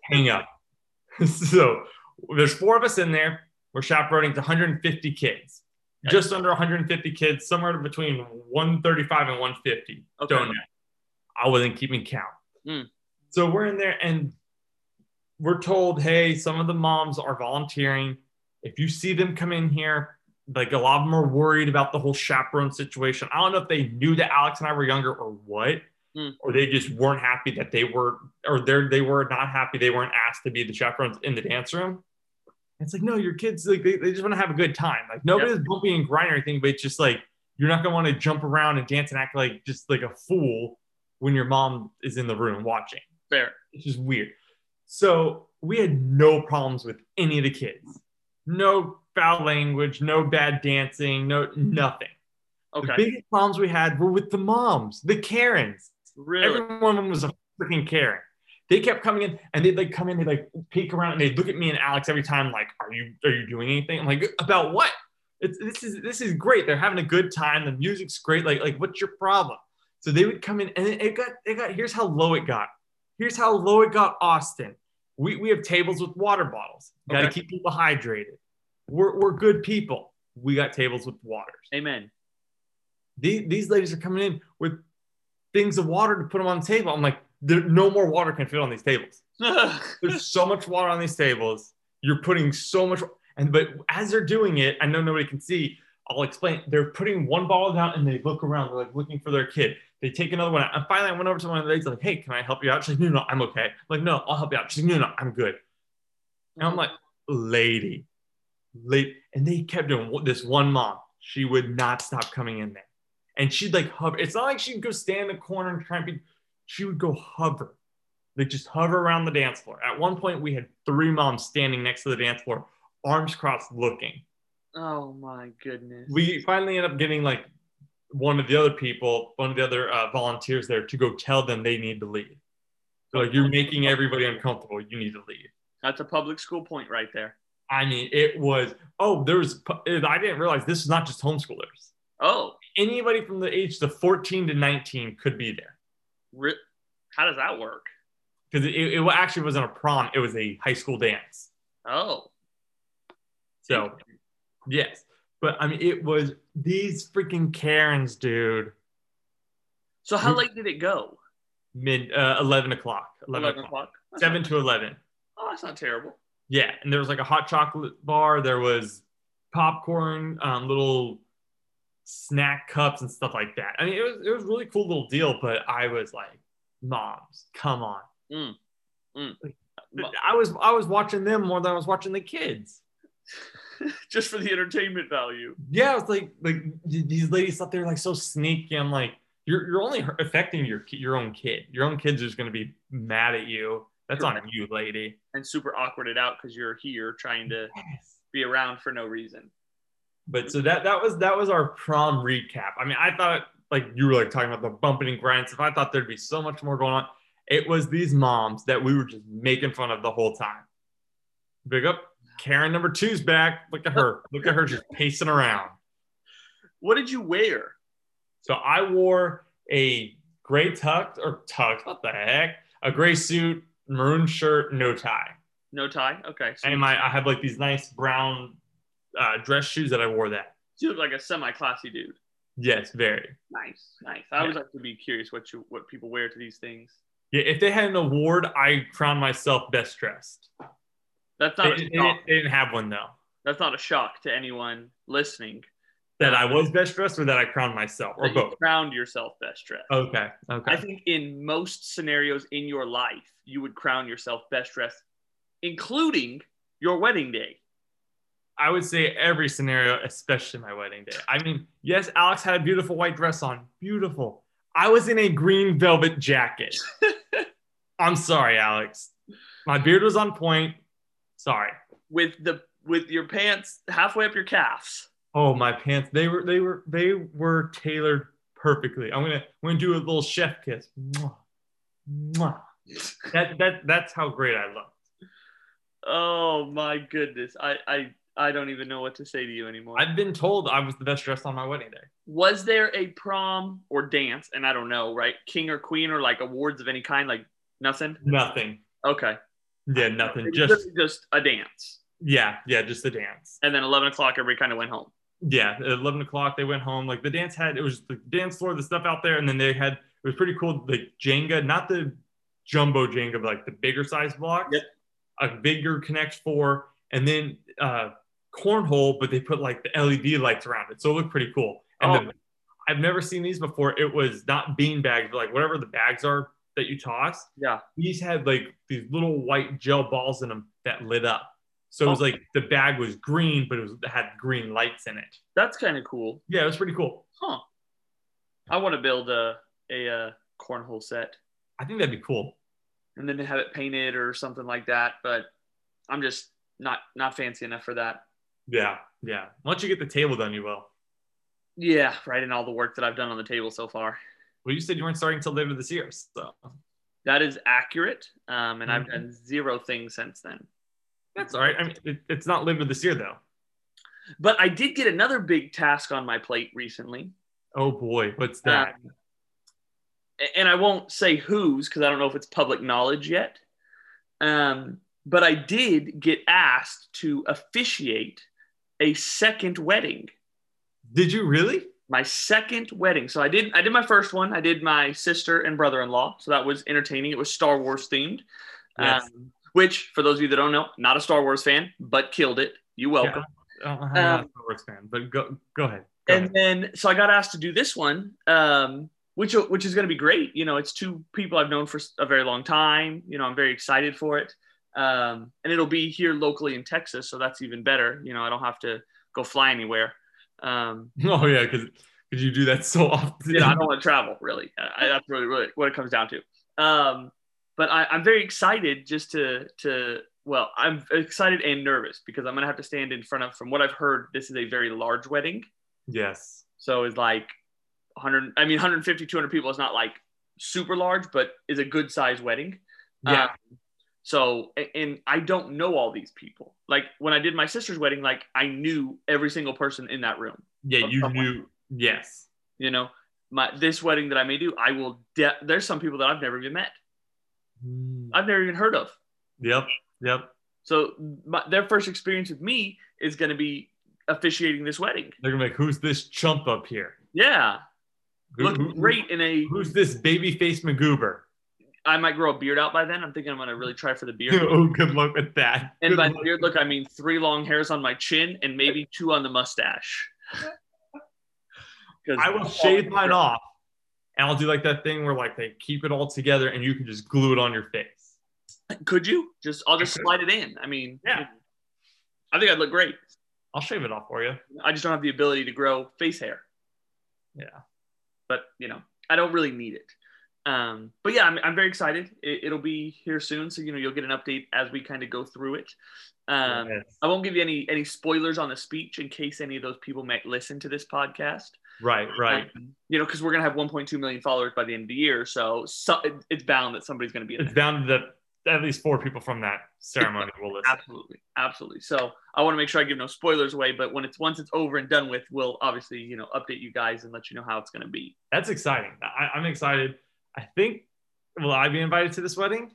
Speaker 1: Hang up. so there's four of us in there. We're chaperoning to 150 kids, just under 150 kids, somewhere between 135 and 150.
Speaker 2: Okay.
Speaker 1: Don't know. I wasn't keeping count.
Speaker 2: Mm.
Speaker 1: So we're in there and we're told, hey, some of the moms are volunteering. If you see them come in here, like a lot of them are worried about the whole chaperone situation. I don't know if they knew that Alex and I were younger or what,
Speaker 2: Hmm.
Speaker 1: or they just weren't happy that they were, or they they were not happy they weren't asked to be the chaperones in the dance room. It's like, no, your kids like they, they just want to have a good time. Like nobody's bumpy and grinding or anything, but it's just like you're not gonna want to jump around and dance and act like just like a fool when your mom is in the room watching.
Speaker 2: Fair.
Speaker 1: It's just weird. So we had no problems with any of the kids. No foul language, no bad dancing, no nothing.
Speaker 2: Okay.
Speaker 1: The biggest problems we had were with the moms, the Karens.
Speaker 2: Really?
Speaker 1: Every one of them was a freaking Karen. They kept coming in and they'd like come in, they'd like peek around and they'd look at me and Alex every time, like, Are you are you doing anything? I'm like, about what? It's, this is this is great. They're having a good time. The music's great. Like, like what's your problem? So they would come in and it, it got it got here's how low it got. Here's how low it got Austin. We, we have tables with water bottles. Got to
Speaker 2: Okay.
Speaker 1: keep people hydrated. We're, we're good people. We got tables with waters.
Speaker 2: Amen.
Speaker 1: These, these ladies are coming in with things of water to put them on the table. I'm like, there, no more water can fit on these tables. There's so much water on these tables. You're putting so much. And but as they're doing it, I know nobody can see. I'll explain. They're putting one bottle down and they look around. They're like looking for their kid. They take another one out. And finally, I went over to one of the ladies, like, hey, can I help you out? She's like, no, no, I'm okay. I'm like, no, I'll help you out. She's like, no, no, I'm good. And I'm like, lady, lady. And they kept doing what- this one mom. She would not stop coming in there. And she'd like hover. It's not like she'd go stand in the corner and try and be, she would go hover. Like just hover around the dance floor. At one point, we had three moms standing next to the dance floor, arms crossed looking.
Speaker 2: oh my goodness.
Speaker 1: We finally end up getting like one of the other people, one of the other uh, volunteers there to go tell them they need to leave. So, like, you're making everybody uncomfortable. You need to leave.
Speaker 2: That's a public school point right there.
Speaker 1: I mean, it was, oh, there was, I didn't realize this is not just homeschoolers.
Speaker 2: Oh,
Speaker 1: Anybody from the age of 14 to 19 could be there
Speaker 2: re- how does that work?
Speaker 1: because it, it actually wasn't a prom, it was a high school dance.
Speaker 2: Oh,
Speaker 1: So, yes. But I mean, it was these freaking Karens, dude,
Speaker 2: so how
Speaker 1: We-
Speaker 2: late did it go?
Speaker 1: mid uh, 11 o'clock, 11, o'clock,
Speaker 2: That's
Speaker 1: 7
Speaker 2: not-
Speaker 1: to 11.
Speaker 2: Oh, that's not terrible.
Speaker 1: Yeah, and there was like a hot chocolate bar. There was popcorn, um, little snack cups, and stuff like that. I mean, it was it was a really cool little deal. But I was like, moms, come on.
Speaker 2: Mm. Mm.
Speaker 1: Like, I was I was watching them more than I was watching the kids.
Speaker 2: Just for the entertainment value.
Speaker 1: Yeah, it's like like th- these ladies thought they were like so sneaky. I'm like, you're you're only hurt- affecting your ki- your own kid. Your own kids are just gonna be mad at you. That's on you, lady.
Speaker 2: And super awkward it out because you're here trying to
Speaker 1: Yes.
Speaker 2: be around for no reason.
Speaker 1: But so that that was that was our prom recap. I mean, I thought like you were like talking about the bumping and grinding stuff. I thought there'd be so much more going on. It was these moms that we were just making fun of the whole time. Big up Karen number two's back. Look at her. Look at her just pacing around.
Speaker 2: What did you wear?
Speaker 1: So I wore a gray tucked or tucked, what the heck? A gray suit, maroon shirt, no tie.
Speaker 2: No tie? Okay. So
Speaker 1: And my I have like these nice brown uh, dress shoes that I wore that.
Speaker 2: you look like a semi classy dude.
Speaker 1: Yes, very.
Speaker 2: Nice, nice. I always
Speaker 1: Yeah.
Speaker 2: like to be curious what you what people wear to these things.
Speaker 1: Yeah, if they had an award, I crown myself best dressed.
Speaker 2: That's
Speaker 1: They,
Speaker 2: not
Speaker 1: they
Speaker 2: a shock.
Speaker 1: didn't- they didn't have one though.
Speaker 2: That's not a shock to anyone listening.
Speaker 1: That I was best dressed or that I crowned myself or
Speaker 2: that you
Speaker 1: both.
Speaker 2: crowned yourself best dressed.
Speaker 1: Okay. Okay.
Speaker 2: I think in most scenarios in your life, you would crown yourself best dressed, including your wedding day.
Speaker 1: I would say every scenario, especially my wedding day. I mean, yes, Alex had a beautiful white dress on. Beautiful. I was in a green velvet jacket. I'm sorry, Alex. My beard was on point. Sorry.
Speaker 2: with the with your pants halfway up your calves.
Speaker 1: Oh, my pants. They were they were they were tailored perfectly. I'm gonna I'm gonna do a little chef kiss. Mwah. Mwah. That that that's how great I look.
Speaker 2: Oh my goodness. I I I don't even know what to say to you anymore.
Speaker 1: I've been told I was the best dressed on my wedding day.
Speaker 2: Was there a prom or dance and I don't know, right? King or queen or like awards of any kind like nothing?
Speaker 1: Nothing.
Speaker 2: Okay.
Speaker 1: Yeah, nothing.
Speaker 2: It was
Speaker 1: Just
Speaker 2: literally just a dance.
Speaker 1: yeah, yeah, just the dance.
Speaker 2: And then 11 o'clock, everybody kind of went home.
Speaker 1: yeah, at 11 o'clock, they went home. Like the dance had, it was the dance floor, the stuff out there. And then they had, it was pretty cool, like Jenga, not the jumbo Jenga, but like the bigger size blocks,
Speaker 2: Yep.
Speaker 1: a bigger Connect Four, and then uh, cornhole, but they put like the LED lights around it. So it looked pretty cool. And
Speaker 2: Oh.
Speaker 1: the, I've never seen these before. It was not bean bags, but like whatever the bags are that you toss.
Speaker 2: Yeah.
Speaker 1: These had like these little white gel balls in them that lit up. So it was
Speaker 2: Oh.
Speaker 1: like the bag was green, but it was it had green lights in it.
Speaker 2: That's kind of cool.
Speaker 1: Yeah, it was pretty cool.
Speaker 2: Huh. I want to build a, a, uh cornhole set
Speaker 1: I think that'd be cool.
Speaker 2: and then have it painted or something like that. But I'm just not, not fancy enough for that.
Speaker 1: Yeah, yeah. Once you get the table done, you will.
Speaker 2: Yeah, right. And all the work that I've done on the table so far.
Speaker 1: Well, you said you weren't starting until later this year, so
Speaker 2: That is accurate. Um, and I've
Speaker 1: Mhm.
Speaker 2: done zero things since then.
Speaker 1: that's all right. I mean, it, it's not later this year though.
Speaker 2: But I did get another big task on my plate recently.
Speaker 1: Oh boy, what's that?
Speaker 2: Um, a- and I won't say whose because I don't know if it's public knowledge yet. Um, but I did get asked to officiate a second wedding.
Speaker 1: Did you really?
Speaker 2: My second wedding. So I did I did my first one. I did my sister and brother-in-law. So that was entertaining. It was Star Wars themed.
Speaker 1: Yes.
Speaker 2: Um, which for those of you that don't know, not a Star Wars fan, but killed it. You welcome.
Speaker 1: I'm not a
Speaker 2: Um,
Speaker 1: Star Wars fan, but go go ahead. Go
Speaker 2: and
Speaker 1: ahead.
Speaker 2: then so I got asked to do this one, um, which which is going to be great. You know, it's two people I've known for a very long time. You know, I'm very excited for it, um, and it'll be here locally in Texas, so that's even better. You know, I don't have to go fly anywhere. Um,
Speaker 1: Oh yeah, because because you do that so often.
Speaker 2: you know, I don't want to travel really. I, I- that's really, really what it comes down to. Um, but I, I'm very excited just to to well, I'm excited and nervous because I'm gonna have to stand in front of. From what I've heard, this is a very large wedding,
Speaker 1: yes.
Speaker 2: so it's like 100. I mean, 150, 200 people is not like super large, but is a good size wedding.
Speaker 1: Yeah.
Speaker 2: Um, so, a- and I don't know all these people. Like when I did my sister's wedding, like I knew every single person in that room
Speaker 1: yeah.
Speaker 2: of
Speaker 1: You
Speaker 2: someone.
Speaker 1: knew. Yes.
Speaker 2: you know my this wedding that i may do i will de- there's some people that i've never even met i've never even heard of
Speaker 1: Yep. Yep.
Speaker 2: so my, their first experience with me is going to be officiating this wedding
Speaker 1: They're gonna be like, who's this chump up here?
Speaker 2: yeah
Speaker 1: Who-
Speaker 2: look
Speaker 1: who- who-
Speaker 2: great in a
Speaker 1: Who's this baby face MacGuber?
Speaker 2: i might grow a beard out by then i'm thinking i'm going to really try for the beard
Speaker 1: oh, good luck with that.
Speaker 2: and
Speaker 1: Good
Speaker 2: by
Speaker 1: luck.
Speaker 2: beard look i mean three long hairs on my chin and maybe two on the mustache 'Cause-
Speaker 1: I will shave mine off, and I'll do like that thing where like they keep it all together, and you can just glue it on your face.
Speaker 2: could you just i'll just
Speaker 1: I could.
Speaker 2: slide it in i mean
Speaker 1: Yeah.
Speaker 2: i think i'd look great
Speaker 1: I'll shave it off for you.
Speaker 2: I just don't have the ability to grow face hair.
Speaker 1: Yeah.
Speaker 2: But you know, I don't really need it. Um, but yeah, I'm, I'm very excited. It, it'll be here soon, so you know you'll get an update as we kind of go through it. Um,
Speaker 1: Yes.
Speaker 2: I won't give you any any spoilers on the speech in case any of those people might listen to this podcast.
Speaker 1: Right. Right.
Speaker 2: Um, you know, because we're gonna have 1.2 million followers by the end of the year, so, so it, it's bound that somebody's gonna be in
Speaker 1: It's
Speaker 2: there.
Speaker 1: down to the at least four people from that ceremony will listen.
Speaker 2: Absolutely, absolutely. So I want to make sure I give no spoilers away, but when it's once it's over and done with, we'll obviously you know update you guys and let you know how it's gonna be.
Speaker 1: That's exciting. I, I'm excited. I think will I be invited to this wedding?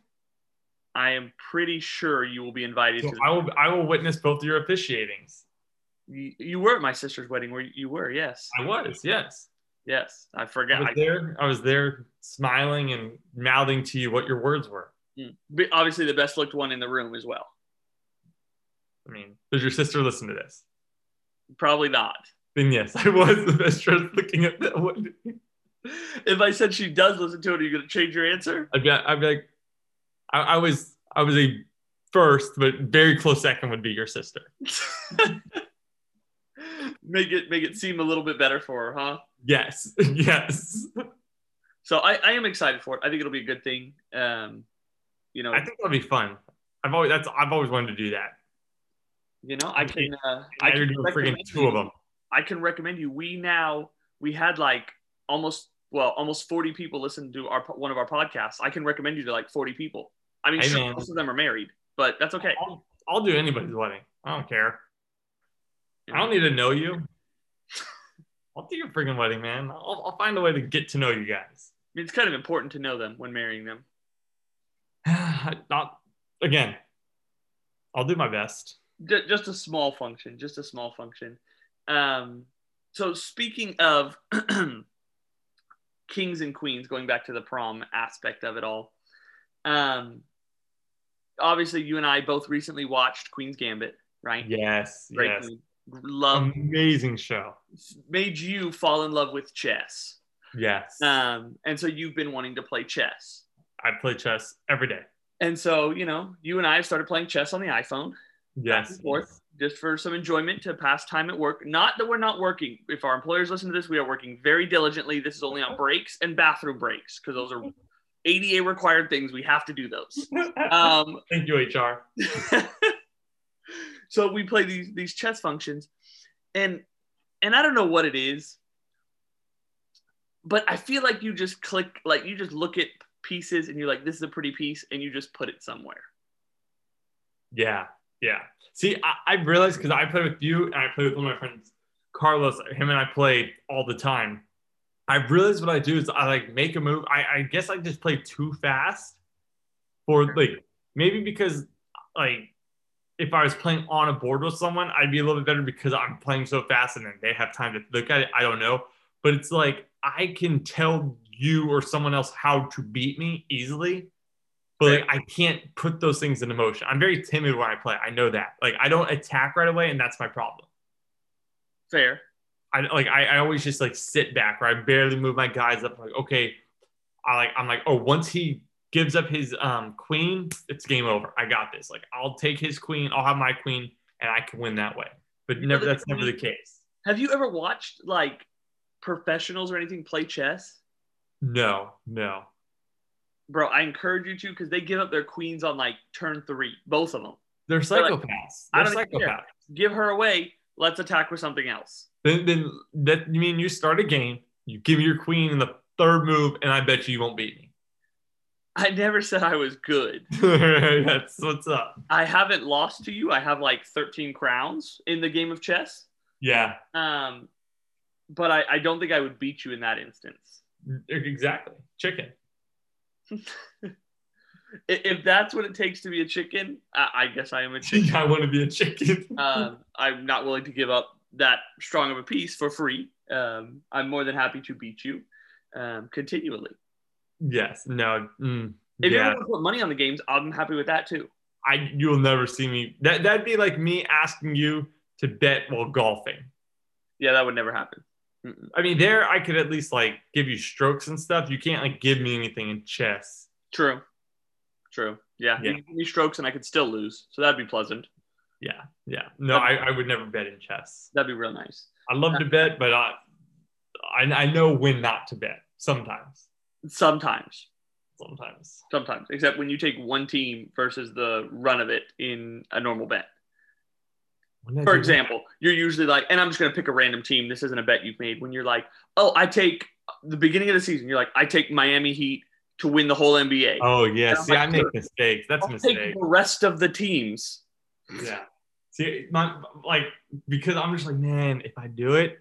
Speaker 2: I am pretty sure you will be invited
Speaker 1: So
Speaker 2: to.
Speaker 1: I will. I will witness both of your officiatings.
Speaker 2: you, you were at my sister's wedding, where you were. Yes,
Speaker 1: I was. Yes.
Speaker 2: yes. I
Speaker 1: I
Speaker 2: forgot.
Speaker 1: was
Speaker 2: I-
Speaker 1: there. I was there, smiling and mouthing to you what your words were.
Speaker 2: mm. But obviously, the best looked one in the room as well.
Speaker 1: I mean, does your sister listen to this?
Speaker 2: Probably not.
Speaker 1: Then yes, I was the best dressed looking at that one.
Speaker 2: If I said she does listen to it, are you going to change your answer?
Speaker 1: I'd be, I'd be like, I, I was, I was a first, but very close second would be your sister.
Speaker 2: make it make it seem a little bit better for her, huh?
Speaker 1: Yes, yes.
Speaker 2: So I, I am excited for it. I think it'll be a good thing. Um, you know,
Speaker 1: I think that'd be fun. I've always that's I've always wanted to do that.
Speaker 2: you know, I can. Uh, I
Speaker 1: I you're
Speaker 2: can
Speaker 1: doing freaking
Speaker 2: recommend
Speaker 1: two of
Speaker 2: you-
Speaker 1: them.
Speaker 2: I can recommend you. We now we had like almost well almost 40 people listen to our one of our podcasts. I can recommend you to like 40 people. I mean,
Speaker 1: Hey,
Speaker 2: sure,
Speaker 1: man.
Speaker 2: most of them are married, but that's okay.
Speaker 1: I'll, I'll do anybody's wedding. I don't care. I don't need to know you. I'll do your freaking wedding, man. I'll, I'll find a way to get to know you guys.
Speaker 2: I mean, it's kind of important to know them when marrying them.
Speaker 1: Not again. I'll do my best.
Speaker 2: Ju- just a small function, just a small function. Um, so speaking of kings and queens, going back to the prom aspect of it all, um, obviously you and I both recently watched Queen's Gambit, right?
Speaker 1: Yes,
Speaker 2: Great
Speaker 1: yes. Mm-hmm.
Speaker 2: movie. Love
Speaker 1: Amazing show.
Speaker 2: made you fall in love with chess.
Speaker 1: Yes.
Speaker 2: Um, and so you've been wanting to play chess.
Speaker 1: I play chess every day.
Speaker 2: And so, you know, you and I started playing chess on the iPhone back
Speaker 1: Yes.
Speaker 2: and forth just for some enjoyment to pass time at work. Not that we're not working. If our employers listen to this, we are working very diligently. This is only on breaks and bathroom breaks because those are ADA required things. We have to do those. Um,
Speaker 1: Thank you, HR.
Speaker 2: so we play these these chess functions and and i don't know what it is but i feel like you just click like you just look at pieces and you're like this is a pretty piece and you just put it somewhere
Speaker 1: Yeah, yeah. See, I, I realized because I play with you and I play with one of my friends, Carlos. Him and I play all the time. I realized what I do is I like make a move. I, I guess I just play too fast, for like maybe because like if I was playing on a board with someone, I'd be a little bit better because I'm playing so fast and then they have time to look at it. I don't know. But it's like I can tell you or someone else how to beat me easily, but like, I can't put those things into motion. I'm very timid when I play. I know that. Like I don't attack right away, and that's my problem.
Speaker 2: Fair.
Speaker 1: I like I, I always just like sit back or I barely move my guys up. Like, okay, I like I'm like, oh, once he gives up his um queen, it's game over. I got this. Like I'll take his queen, I'll have my queen, and I can win that way. But never that's never the case.
Speaker 2: Have you ever watched like professionals or anything play chess?
Speaker 1: No, no.
Speaker 2: Bro, I encourage you to because they give up their queens on like turn three, both of them.
Speaker 1: They're
Speaker 2: like,
Speaker 1: psychopaths.
Speaker 2: I
Speaker 1: They're
Speaker 2: don't even
Speaker 1: psychopaths.
Speaker 2: care. Give her away. Let's attack with something else.
Speaker 1: Then, then that you mean you start a game, you give me your queen in the third move, and I bet you you won't beat me.
Speaker 2: I never said I was good.
Speaker 1: That's what's up.
Speaker 2: I haven't lost to you. I have like 13 crowns in the game of chess.
Speaker 1: Yeah,
Speaker 2: Um, but I, I don't think I would beat you in that instance.
Speaker 1: exactly. Chicken.
Speaker 2: I- If that's what it takes to be a chicken, I, I guess I am a chicken.
Speaker 1: I want to be a chicken.
Speaker 2: um, I'm not willing to give up that strong of a piece for free. Um, I'm more than happy to beat you um, continually.
Speaker 1: yes. No. mm,
Speaker 2: If you
Speaker 1: yeah.
Speaker 2: want to put money on the games, I'm happy with that too.
Speaker 1: I you'll never see me. That that'd be like me asking you to bet while golfing.
Speaker 2: Yeah, that would never happen. Mm-mm.
Speaker 1: I mean, there I could at least like give you strokes and stuff. You can't like give me anything in chess.
Speaker 2: True. True. Yeah.
Speaker 1: Yeah.
Speaker 2: You give me strokes and I could still lose. So that'd be pleasant.
Speaker 1: Yeah, yeah. No, I, I would never bet in chess.
Speaker 2: That'd be real nice.
Speaker 1: I love to bet, but I, I I know when not to bet. Sometimes,
Speaker 2: Sometimes.
Speaker 1: sometimes.
Speaker 2: Sometimes. Except when you take one team versus the run of it in a normal bet.
Speaker 1: When did I
Speaker 2: For
Speaker 1: do that?
Speaker 2: example, you're usually like, and I'm just going to pick a random team. This isn't a bet you've made. When you're like, oh, I take the beginning of the season, you're like, I take Miami Heat to win the whole NBA.
Speaker 1: Oh yeah.
Speaker 2: I'm
Speaker 1: See,
Speaker 2: like,
Speaker 1: I make
Speaker 2: "Sure,
Speaker 1: mistakes. That's a
Speaker 2: I'll take
Speaker 1: mistake.
Speaker 2: the rest of the teams.
Speaker 1: Yeah. See, my like because I'm just like, man, if I do it,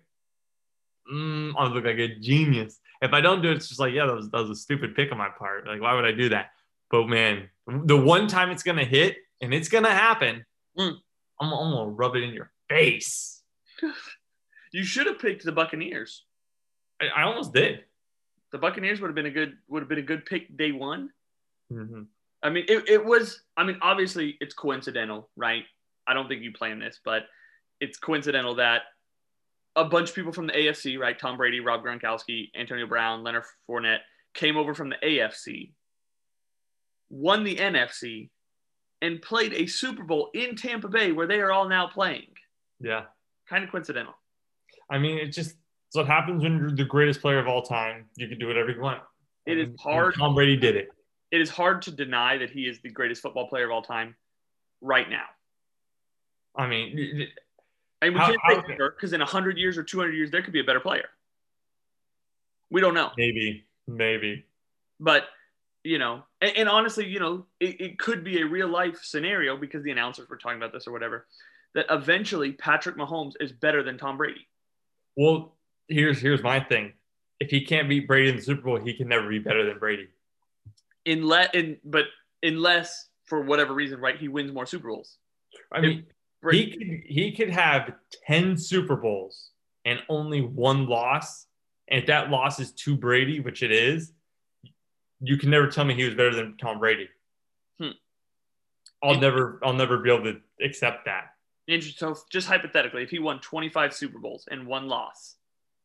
Speaker 1: mm, I look like a genius. If I don't do it, it's just like, yeah, that was that was a stupid pick on my part. Like, why would I do that? But man, the one time it's gonna hit and it's gonna happen,
Speaker 2: Mm.
Speaker 1: I'm, I'm gonna rub it in your face.
Speaker 2: You should have picked the Buccaneers.
Speaker 1: I, I almost did.
Speaker 2: The Buccaneers would have been a good would have been a good pick day one.
Speaker 1: Mhm.
Speaker 2: I mean, it, it was. I mean, obviously, it's coincidental, right? I don't think you planned this, but it's coincidental that a bunch of people from the AFC, right? Tom Brady, Rob Gronkowski, Antonio Brown, Leonard Fournette, came over from the AFC, won the NFC, and played a Super Bowl in Tampa Bay, where they are all now playing.
Speaker 1: Yeah.
Speaker 2: Kind of coincidental.
Speaker 1: I mean, it just it's what happens when you're the greatest player of all time. You can do whatever you want.
Speaker 2: It is
Speaker 1: And- and
Speaker 2: hard.
Speaker 1: Tom Brady did it.
Speaker 2: It is hard to deny that he is the greatest football player of all time, right now.
Speaker 1: I mean,
Speaker 2: And we
Speaker 1: How-
Speaker 2: can't
Speaker 1: how-
Speaker 2: say because in 100 years or 200 years, there could be a better player. We don't know.
Speaker 1: maybe, maybe.
Speaker 2: But, you know, and, and honestly, you know, it, it could be a real life scenario because the announcers were talking about this or whatever that eventually Patrick Mahomes is better than Tom Brady.
Speaker 1: Well, here's here's my thing. If he can't beat Brady in the Super Bowl, he can never be better than Brady.
Speaker 2: Unless, in, but unless for whatever reason, right, he wins more Super Bowls.
Speaker 1: I mean, he
Speaker 2: Brady,
Speaker 1: could he could have ten Super Bowls and only one loss, and if that loss is to Brady, which it is, you can never tell me he was better than Tom Brady.
Speaker 2: Hmm.
Speaker 1: I'll never I'll never be able to accept that.
Speaker 2: interesting. So just hypothetically, if he won 25 Super Bowls and one loss,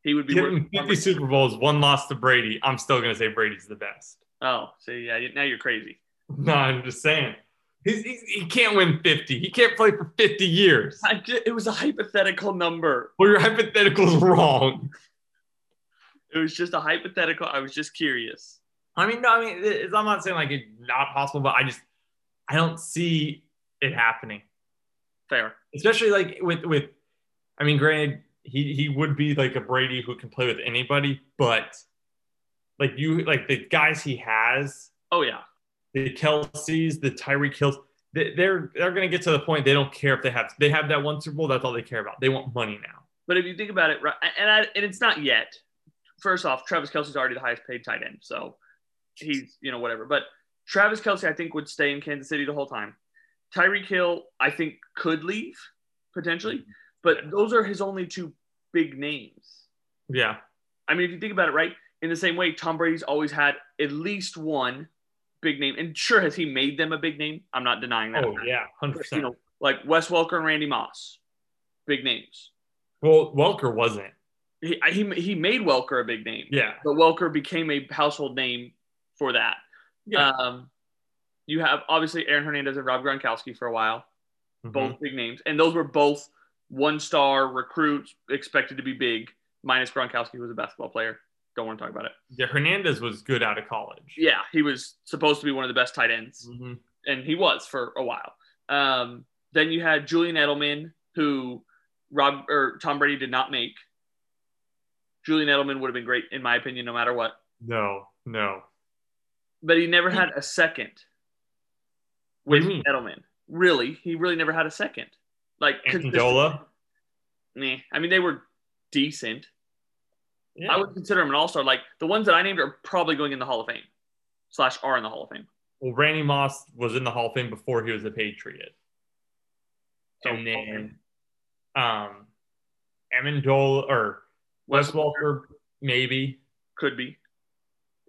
Speaker 2: he would be
Speaker 1: Give
Speaker 2: worse
Speaker 1: him
Speaker 2: than Tom
Speaker 1: fifty
Speaker 2: Brady.
Speaker 1: Super Bowls, one loss to Brady. I'm still gonna say Brady's the best.
Speaker 2: Oh, so yeah, now you're crazy.
Speaker 1: No, I'm just saying. He's, he's, he can't win 50. He can't play for 50 years.
Speaker 2: I ju- it was a hypothetical number.
Speaker 1: Well, your hypothetical's wrong.
Speaker 2: It was just a hypothetical. I was just curious.
Speaker 1: I mean, no, I mean, it- it's, I'm not saying like it's not possible, but I just I don't see it happening.
Speaker 2: Fair.
Speaker 1: Especially like with with, I mean, granted, he he would be like a Brady who can play with anybody, but like you, like the guys he has,
Speaker 2: Oh yeah.
Speaker 1: the Kelseys, the Tyreek Hills, they, they're they're gonna get to the point they don't care if they have they have that one Super Bowl. That's all they care about. They want money now.
Speaker 2: But if you think about it, right, and I, and it's not yet. First off, Travis Kelsey's already the highest paid tight end, so he's you know whatever. But Travis Kelsey, I think, would stay in Kansas City the whole time. Tyreek Hill, I think, could leave potentially, but those are his only two big names.
Speaker 1: Yeah.
Speaker 2: I mean, if you think about it, right? In the same way, Tom Brady's always had at least one big name, and sure, has he made them a big name? I'm not denying that.
Speaker 1: Oh yeah, hundred
Speaker 2: But, You
Speaker 1: percent.
Speaker 2: know, like Wes Welker and Randy Moss, big names.
Speaker 1: Well, Welker wasn't.
Speaker 2: He, I- he, he made Welker a big name,
Speaker 1: Yeah.
Speaker 2: but Welker became a household name for that.
Speaker 1: Yeah.
Speaker 2: Um, you have obviously Aaron Hernandez and Rob Gronkowski for a while.
Speaker 1: Mhm.
Speaker 2: both big names, and those were both one-star recruits expected to be big. Minus Gronkowski, who was a basketball player. Don't want to talk about it.
Speaker 1: Yeah, Hernandez was good out of college.
Speaker 2: Yeah, he was supposed to be one of the best tight ends,
Speaker 1: Mhm.
Speaker 2: and he was for a while. Um, then you had Julian Edelman, who Rob or Tom Brady did not make. Julian Edelman would have been great, in my opinion, no matter what.
Speaker 1: No, no.
Speaker 2: But he never had a second
Speaker 1: What
Speaker 2: with
Speaker 1: do you mean?
Speaker 2: Edelman. Really, he really never had a second. Like
Speaker 1: Amendola?
Speaker 2: Meh. I mean, they were decent.
Speaker 1: Yeah.
Speaker 2: I would consider him an all star. Like the ones that I named are probably going in the Hall of Fame, slash are in the Hall of Fame.
Speaker 1: well, Randy Moss was in the Hall of Fame before he was a Patriot.
Speaker 2: So,
Speaker 1: and then um Amendola or Wes Welker, maybe.
Speaker 2: could be.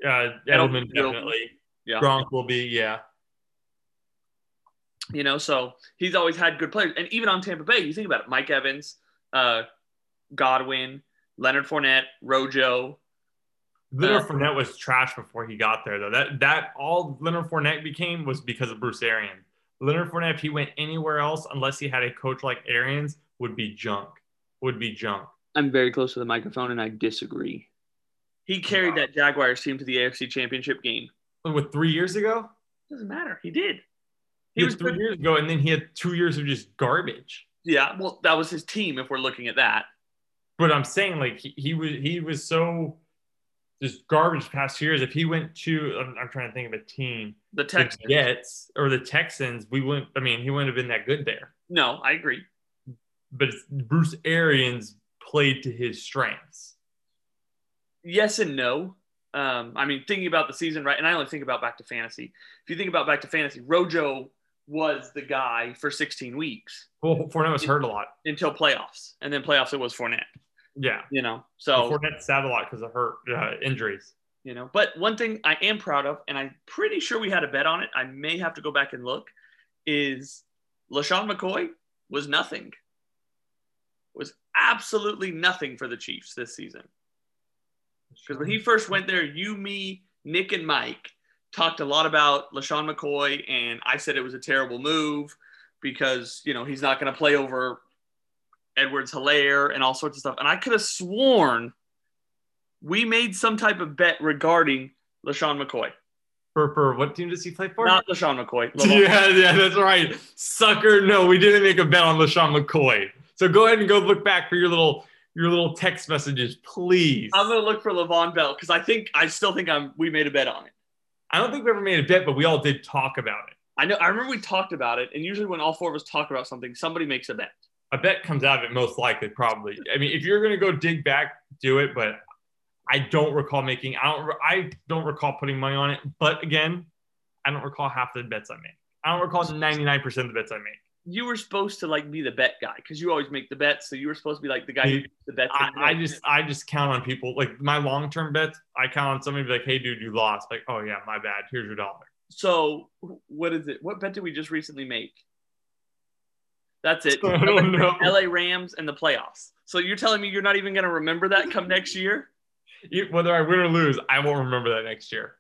Speaker 1: Uh,
Speaker 2: Edelman
Speaker 1: Edelman,
Speaker 2: will be.
Speaker 1: definitely.
Speaker 2: Yeah.
Speaker 1: Gronk will be, yeah.
Speaker 2: You know, so he's always had good players, and even on Tampa Bay, you think about it: Mike Evans, uh, Godwin, Leonard Fournette, Rojo.
Speaker 1: Leonard
Speaker 2: Uh,
Speaker 1: Fournette was trash before he got there, though. That that all Leonard Fournette became was because of Bruce Arians. Leonard Fournette, if he went anywhere else, unless he had a coach like Arians, would be junk. Would be junk.
Speaker 2: I'm very close to the microphone, and I disagree. He carried that Jaguars team to the AFC Championship game.
Speaker 1: With three years ago,
Speaker 2: Doesn't matter. He did.
Speaker 1: he,
Speaker 2: He
Speaker 1: was
Speaker 2: was
Speaker 1: three
Speaker 2: good.
Speaker 1: years ago, and then he had two years of just garbage.
Speaker 2: Yeah. Well, that was his team. If we're looking at that.
Speaker 1: But I'm saying, like he, he was, he was so just garbage past years. If he went to, I'm, I'm trying to think of a team,
Speaker 2: The
Speaker 1: the
Speaker 2: Texans.
Speaker 1: Jets or the Texans, we wouldn't. I mean, he wouldn't have been that good there.
Speaker 2: No, I agree.
Speaker 1: But it's, Bruce Arians played to his strengths.
Speaker 2: yes and no. Um, I mean, thinking about the season, right? And I only think about back to fantasy. If you think about back to fantasy, Rojo was the guy for 16 weeks
Speaker 1: Well, Fournette was hurt a lot.
Speaker 2: until playoffs, and then playoffs it was Fournette.
Speaker 1: Yeah,
Speaker 2: You know,
Speaker 1: so,
Speaker 2: so
Speaker 1: Fournette sat a lot because of hurt uh, injuries.
Speaker 2: you know. But one thing I am proud of, and I'm pretty sure we had a bet on it. I may have to go back and look. Is Lashawn McCoy was nothing. Was absolutely nothing for the Chiefs this season. Because when he first went there, you, me, Nick, and Mike talked a lot about LaShawn McCoy, and I said it was a terrible move because, you know, he's not going to play over Edwards Hilaire and all sorts of stuff. And I could have sworn we made some type of bet regarding LaShawn McCoy.
Speaker 1: for, for what team does he play for?
Speaker 2: Not LaShawn McCoy. LaVon.
Speaker 1: yeah, yeah, that's right, sucker. No, we didn't make a bet on Lashawn McCoy. So go ahead and go look back for your little your little text messages, please.
Speaker 2: I'm going to look for Levon Bell because I think, I still think I'm, we made a bet on it.
Speaker 1: I don't think we ever made a bet, but we all did talk about it.
Speaker 2: I know, I remember we talked about it. And usually when all four of us talk about something, somebody makes a bet.
Speaker 1: A bet comes out of it most likely, probably. I mean, if you're gonna go dig back, do it. But I don't recall making. I don't. I don't recall putting money on it. But again, I don't recall half the bets I make. I don't recall 99% of the bets I make.
Speaker 2: you were supposed to like be the bet guy because you always make the bets. So you were supposed to be like the guy who
Speaker 1: Dude,
Speaker 2: makes the bets.
Speaker 1: I, I just I just count on people like my long term bets. I count on somebody to be like, hey dude, you lost. Like, oh yeah, my bad. Here's your dollar.
Speaker 2: so what is it? What bet did we just recently make? That's it.
Speaker 1: I don't know.
Speaker 2: LA Rams and the playoffs. So you're telling me you're not even going to remember that come next year?
Speaker 1: E- Whether I win or lose, I won't remember that next year.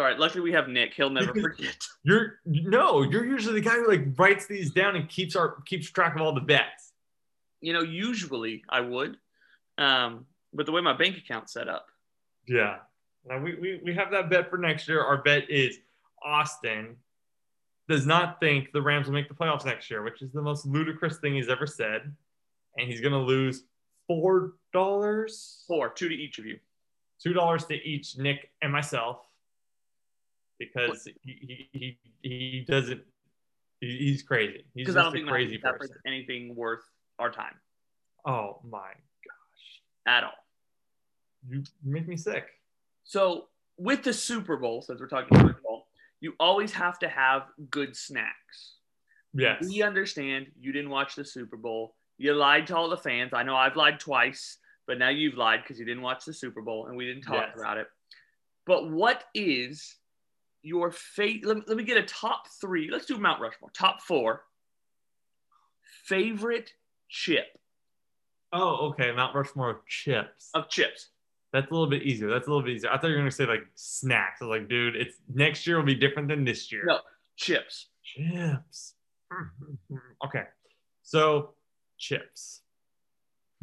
Speaker 2: All right. Luckily, we have Nick. He'll never forget.
Speaker 1: You're no, you're usually the guy who like writes these down and keeps our keeps track of all the bets.
Speaker 2: You know, usually I would, um, but the way my bank account's set up,
Speaker 1: Yeah. Now we, we we have that bet for next year. Our bet is Austin does not think the Rams will make the playoffs next year, which is the most ludicrous thing he's ever said. And he's gonna lose four dollars.
Speaker 2: four, two to each of you.
Speaker 1: two dollars to each Nick and myself because he he, he, he doesn't he, he's crazy. He's
Speaker 2: Because I don't
Speaker 1: just a
Speaker 2: think my
Speaker 1: crazy
Speaker 2: account
Speaker 1: person.
Speaker 2: is anything worth our time
Speaker 1: Oh my,
Speaker 2: at all.
Speaker 1: you make me sick.
Speaker 2: So with the Super Bowl, since we're talking Super Bowl, you always have to have good snacks.
Speaker 1: Yes.
Speaker 2: We understand you didn't watch the Super Bowl. You lied to all the fans. I know I've lied twice, but now you've lied because you didn't watch the Super Bowl and we didn't talk
Speaker 1: Yes.
Speaker 2: about it. But what is your favorite? Let, me- let me get a top three. Let's do Mount Rushmore. Top four. Favorite chip
Speaker 1: Oh, okay. Mount Rushmore of chips.
Speaker 2: of chips.
Speaker 1: That's a little bit easier. That's a little bit easier. I thought you were gonna say like snacks. I was like, dude, it's next year will be different than this year.
Speaker 2: No. Chips.
Speaker 1: Chips. okay. So chips.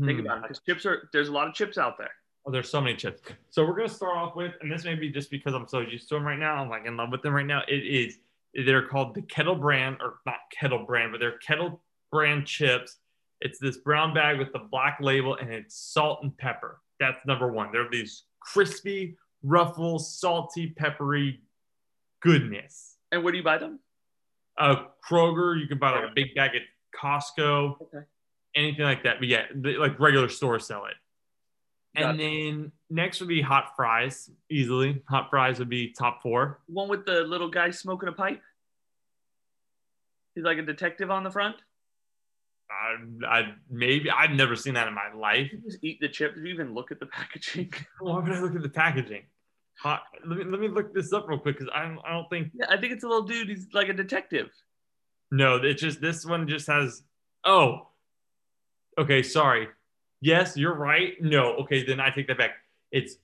Speaker 2: Think
Speaker 1: Hmm.
Speaker 2: about it because chips are there's a lot of chips out there.
Speaker 1: Oh, there's so many chips. So we're gonna start off with, and this may be just because I'm so used to them right now. I'm like in love with them right now. It is they're called the Kettle Brand, or not Kettle Brand, but they're Kettle Brand chips. It's this brown bag with the black label, and it's salt and pepper. That's number one. They're these crispy, ruffle, salty, peppery goodness.
Speaker 2: And where do you buy them?
Speaker 1: Uh, Kroger, you can buy like a big bag at Costco,
Speaker 2: Okay.
Speaker 1: anything like that. But yeah, they, like regular stores sell it.
Speaker 2: Got
Speaker 1: And then next would be hot fries, easily. Hot fries would be top four.
Speaker 2: One with the little guy smoking a pipe. He's like a detective on the front.
Speaker 1: I, I maybe I've never seen that in my life.
Speaker 2: You just eat the chip. Do you even look at the packaging?
Speaker 1: Why would I look at the packaging? Hot. Let me let me look this up real quick because I don't, I don't think
Speaker 2: yeah, I think it's a little dude. He's like a detective.
Speaker 1: no. It just this one just has oh. Okay, sorry. Yes, you're right. No, okay, then I take that back. It's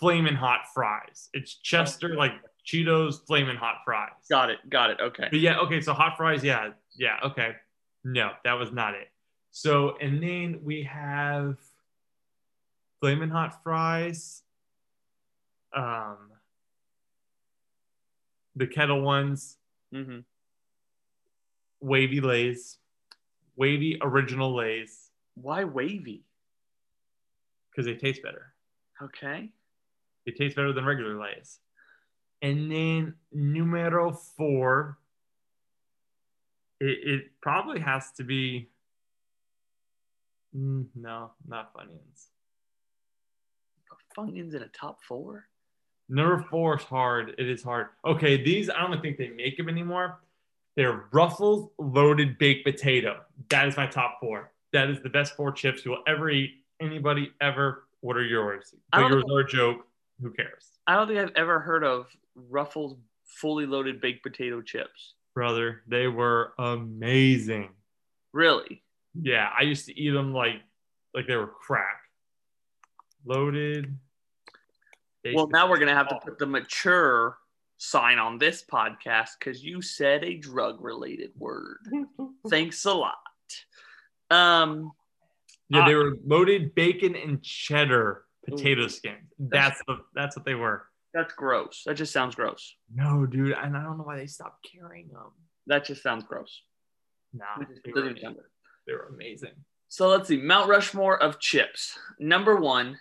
Speaker 1: flaming hot fries. It's Chester like Cheetos flaming hot fries.
Speaker 2: Got it. Got it. Okay.
Speaker 1: But yeah, okay, so hot fries, yeah, yeah, okay. No, that was not it. So and then we have flaming hot fries, um, the kettle ones,
Speaker 2: hmm
Speaker 1: wavy lays, wavy original lays
Speaker 2: Why wavy?
Speaker 1: because they taste better.
Speaker 2: Okay.
Speaker 1: They taste better than regular lays. And then numero four, it, it probably has to be. Mm, no, not Funyuns.
Speaker 2: Funyuns in a top four.
Speaker 1: Number four is hard. It is hard. Okay, these I don't think they make them anymore. They're Ruffles loaded baked potato. That is my top four. That is the best four chips you will ever eat. Anybody ever? What are yours?
Speaker 2: I
Speaker 1: But
Speaker 2: don't
Speaker 1: yours are a joke. Who cares,
Speaker 2: I don't think I've ever heard of Ruffles fully loaded baked potato chips.
Speaker 1: brother? They were amazing.
Speaker 2: Really?
Speaker 1: Yeah, I used to eat them like like they were crack. Loaded.
Speaker 2: Well, now we're gonna have to
Speaker 1: Oh,
Speaker 2: put the mature sign on this podcast because you said a drug related word. Thanks a lot. Um.
Speaker 1: Yeah, they were loaded bacon and cheddar potato
Speaker 2: Uh, Ooh.
Speaker 1: skins. That's the that's what they were.
Speaker 2: That's gross. That just sounds gross.
Speaker 1: No, dude, and I don't know why they stopped carrying them.
Speaker 2: That just sounds gross.
Speaker 1: Nah,
Speaker 2: It just
Speaker 1: they
Speaker 2: doesn't
Speaker 1: were,
Speaker 2: even sound
Speaker 1: amazing.
Speaker 2: good.
Speaker 1: they were amazing.
Speaker 2: So let's see. Mount Rushmore of chips. Number one,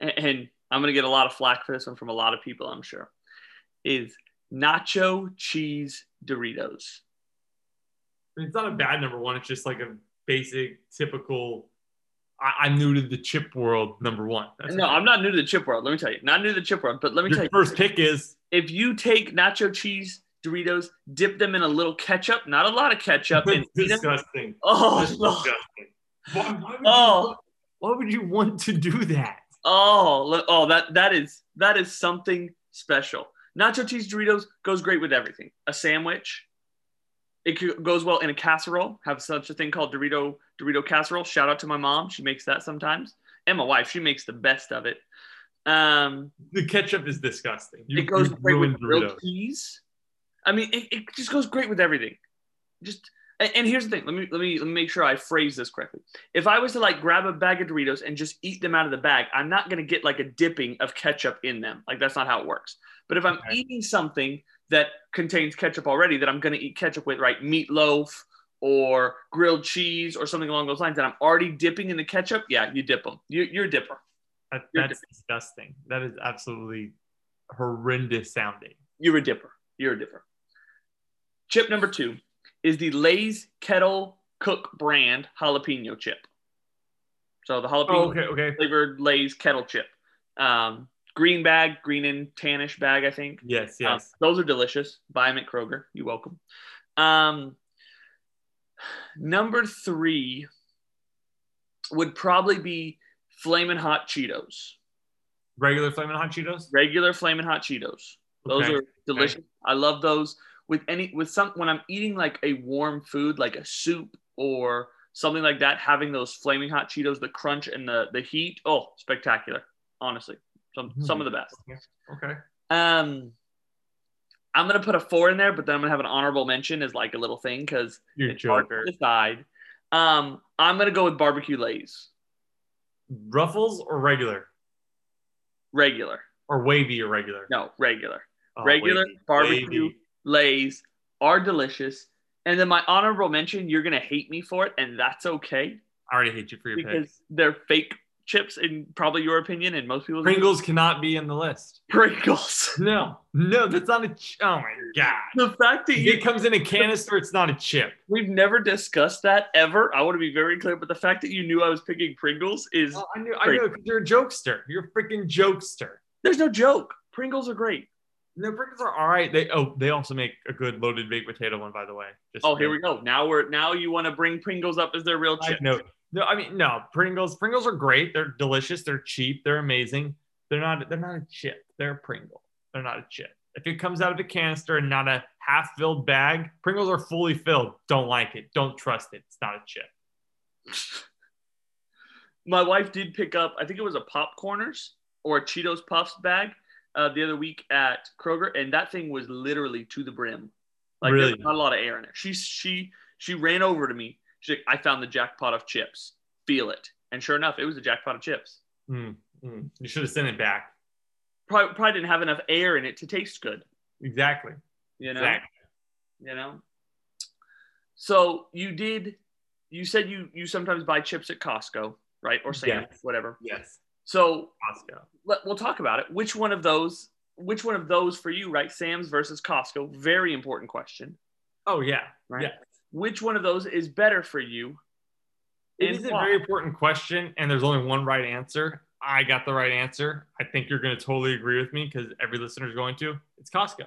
Speaker 2: a- and I'm going to get a lot of flack for this one from a lot of people, I'm sure, is nacho cheese Doritos.
Speaker 1: I mean, it's not a bad number one. It's just like a basic, typical. I, I'm new to the chip world. Number one. That's
Speaker 2: no,
Speaker 1: okay.
Speaker 2: I'm not new to the chip world. Let me tell you. Not new to the chip world, but let me
Speaker 1: Your
Speaker 2: tell you.
Speaker 1: first pick is
Speaker 2: if you take nacho cheese Doritos, dip them in a little ketchup, not a lot of ketchup, and eat them.
Speaker 1: disgusting.
Speaker 2: Oh,
Speaker 1: Disgusting.
Speaker 2: Lord.
Speaker 1: Why, why would you-
Speaker 2: oh,
Speaker 1: why would you want to do that?
Speaker 2: Oh, look- oh, that that is that is something special. Nacho cheese Doritos goes great with everything. A sandwich, it co- goes well in a casserole. Have such a thing called Dorito Dorito casserole. Shout out to my mom; she makes that sometimes. And my wife, she makes the best of it. Um,
Speaker 1: The ketchup is disgusting. You,
Speaker 2: it goes
Speaker 1: you
Speaker 2: great with
Speaker 1: ruined
Speaker 2: grilled
Speaker 1: Doritos.
Speaker 2: cheese. I mean, it, it just goes great with everything. Just and, and here's the thing. Let me let me let me make sure I phrase this correctly. If I was to like grab a bag of Doritos and just eat them out of the bag, I'm not gonna get like a dipping of ketchup in them. Like that's not how it works. But if I'm
Speaker 1: Okay.
Speaker 2: eating something that contains ketchup already, that I'm gonna eat ketchup with, right? Meatloaf or grilled cheese or something along those lines that I'm already dipping in the ketchup. Yeah, you dip them. You, you're a dipper.
Speaker 1: That-
Speaker 2: You're
Speaker 1: that's disgusting. That is absolutely horrendous sounding.
Speaker 2: you're a dipper. You're a dipper. Chip number two is the Lay's Kettle Cook brand jalapeno chip. So the jalapeno
Speaker 1: Oh, okay, okay.
Speaker 2: flavored Lay's kettle chip. Um, green bag, green and tannish bag, I think.
Speaker 1: Yes,
Speaker 2: Um,
Speaker 1: yes.
Speaker 2: those are delicious. Buy them at Kroger. You're welcome. Um, Number three would probably be Flamin' Hot Cheetos.
Speaker 1: Regular flaming hot Cheetos.
Speaker 2: Regular Flamin' Hot Cheetos. Those
Speaker 1: Okay.
Speaker 2: are delicious. I love those with any with some when I'm eating like a warm food like a soup or something like that. Having those flaming hot Cheetos, the crunch and the the heat. Oh, spectacular! Honestly, some some of the best.
Speaker 1: okay.
Speaker 2: Um, I'm gonna put a four in there, but then I'm gonna have an honorable mention as like a little thing because
Speaker 1: You're
Speaker 2: it's hard
Speaker 1: joker.
Speaker 2: to decide. Um, I'm gonna go with barbecue lays,
Speaker 1: Ruffles or regular
Speaker 2: regular.
Speaker 1: or wavy or regular.
Speaker 2: No, regular.
Speaker 1: Oh,
Speaker 2: regular
Speaker 1: wavy.
Speaker 2: barbecue
Speaker 1: Wavy.
Speaker 2: lays are delicious. And then my honorable mention, you're gonna hate me for it, and that's okay
Speaker 1: I already hate you for your pick.
Speaker 2: because they're fake chips in probably your opinion and most people's
Speaker 1: Pringles cannot be in the list.
Speaker 2: Pringles.
Speaker 1: No, no, that's not a. Ch- oh my god!
Speaker 2: the fact that
Speaker 1: If
Speaker 2: you
Speaker 1: it comes in a canister, it's not a chip.
Speaker 2: we've never discussed that ever. I want to be very clear, but the fact that you knew I was picking Pringles is
Speaker 1: I knew, I knew, 'cause you're a jokester. You're a freaking jokester.
Speaker 2: there's no joke. Pringles are great.
Speaker 1: No, Pringles are all right. They oh, they also make a good loaded baked potato one, by the way. Just
Speaker 2: Oh, here we go. Now we're now you want to bring Pringles up as their real chip.
Speaker 1: No, no, I mean no. Pringles, Pringles are great. They're delicious. They're cheap. They're amazing. They're not. They're not a chip. They're a Pringle. They're not a chip. If it comes out of a canister and not a half-filled bag, Pringles are fully filled. Don't like it. Don't trust it. It's not a chip.
Speaker 2: my wife did pick up i think it was a popcorners or a cheetos puffs bag uh, the other week at kroger and that thing was literally to the brim like
Speaker 1: Really?
Speaker 2: there's not a lot of air in it she she she ran over to me she's like i found the jackpot of chips feel it and sure enough it was a jackpot of chips
Speaker 1: Mm, mm. You should have sent it back.
Speaker 2: probably, probably didn't have enough air in it to taste good
Speaker 1: Exactly.
Speaker 2: you know
Speaker 1: Exactly.
Speaker 2: you know so you did you said you you sometimes buy chips at costco right or sam's whatever
Speaker 1: Yes.
Speaker 2: so
Speaker 1: Costco.
Speaker 2: let, we'll talk about it. Which one of those? Which one of those for you? Right, Sam's versus Costco. Very important question.
Speaker 1: Oh yeah.
Speaker 2: Right.
Speaker 1: Yeah.
Speaker 2: Which one of those is better for you?
Speaker 1: It
Speaker 2: and
Speaker 1: is a
Speaker 2: why?
Speaker 1: very important question, and there's only one right answer. I got the right answer. I think you're going to totally agree with me because every listener is going to. It's Costco.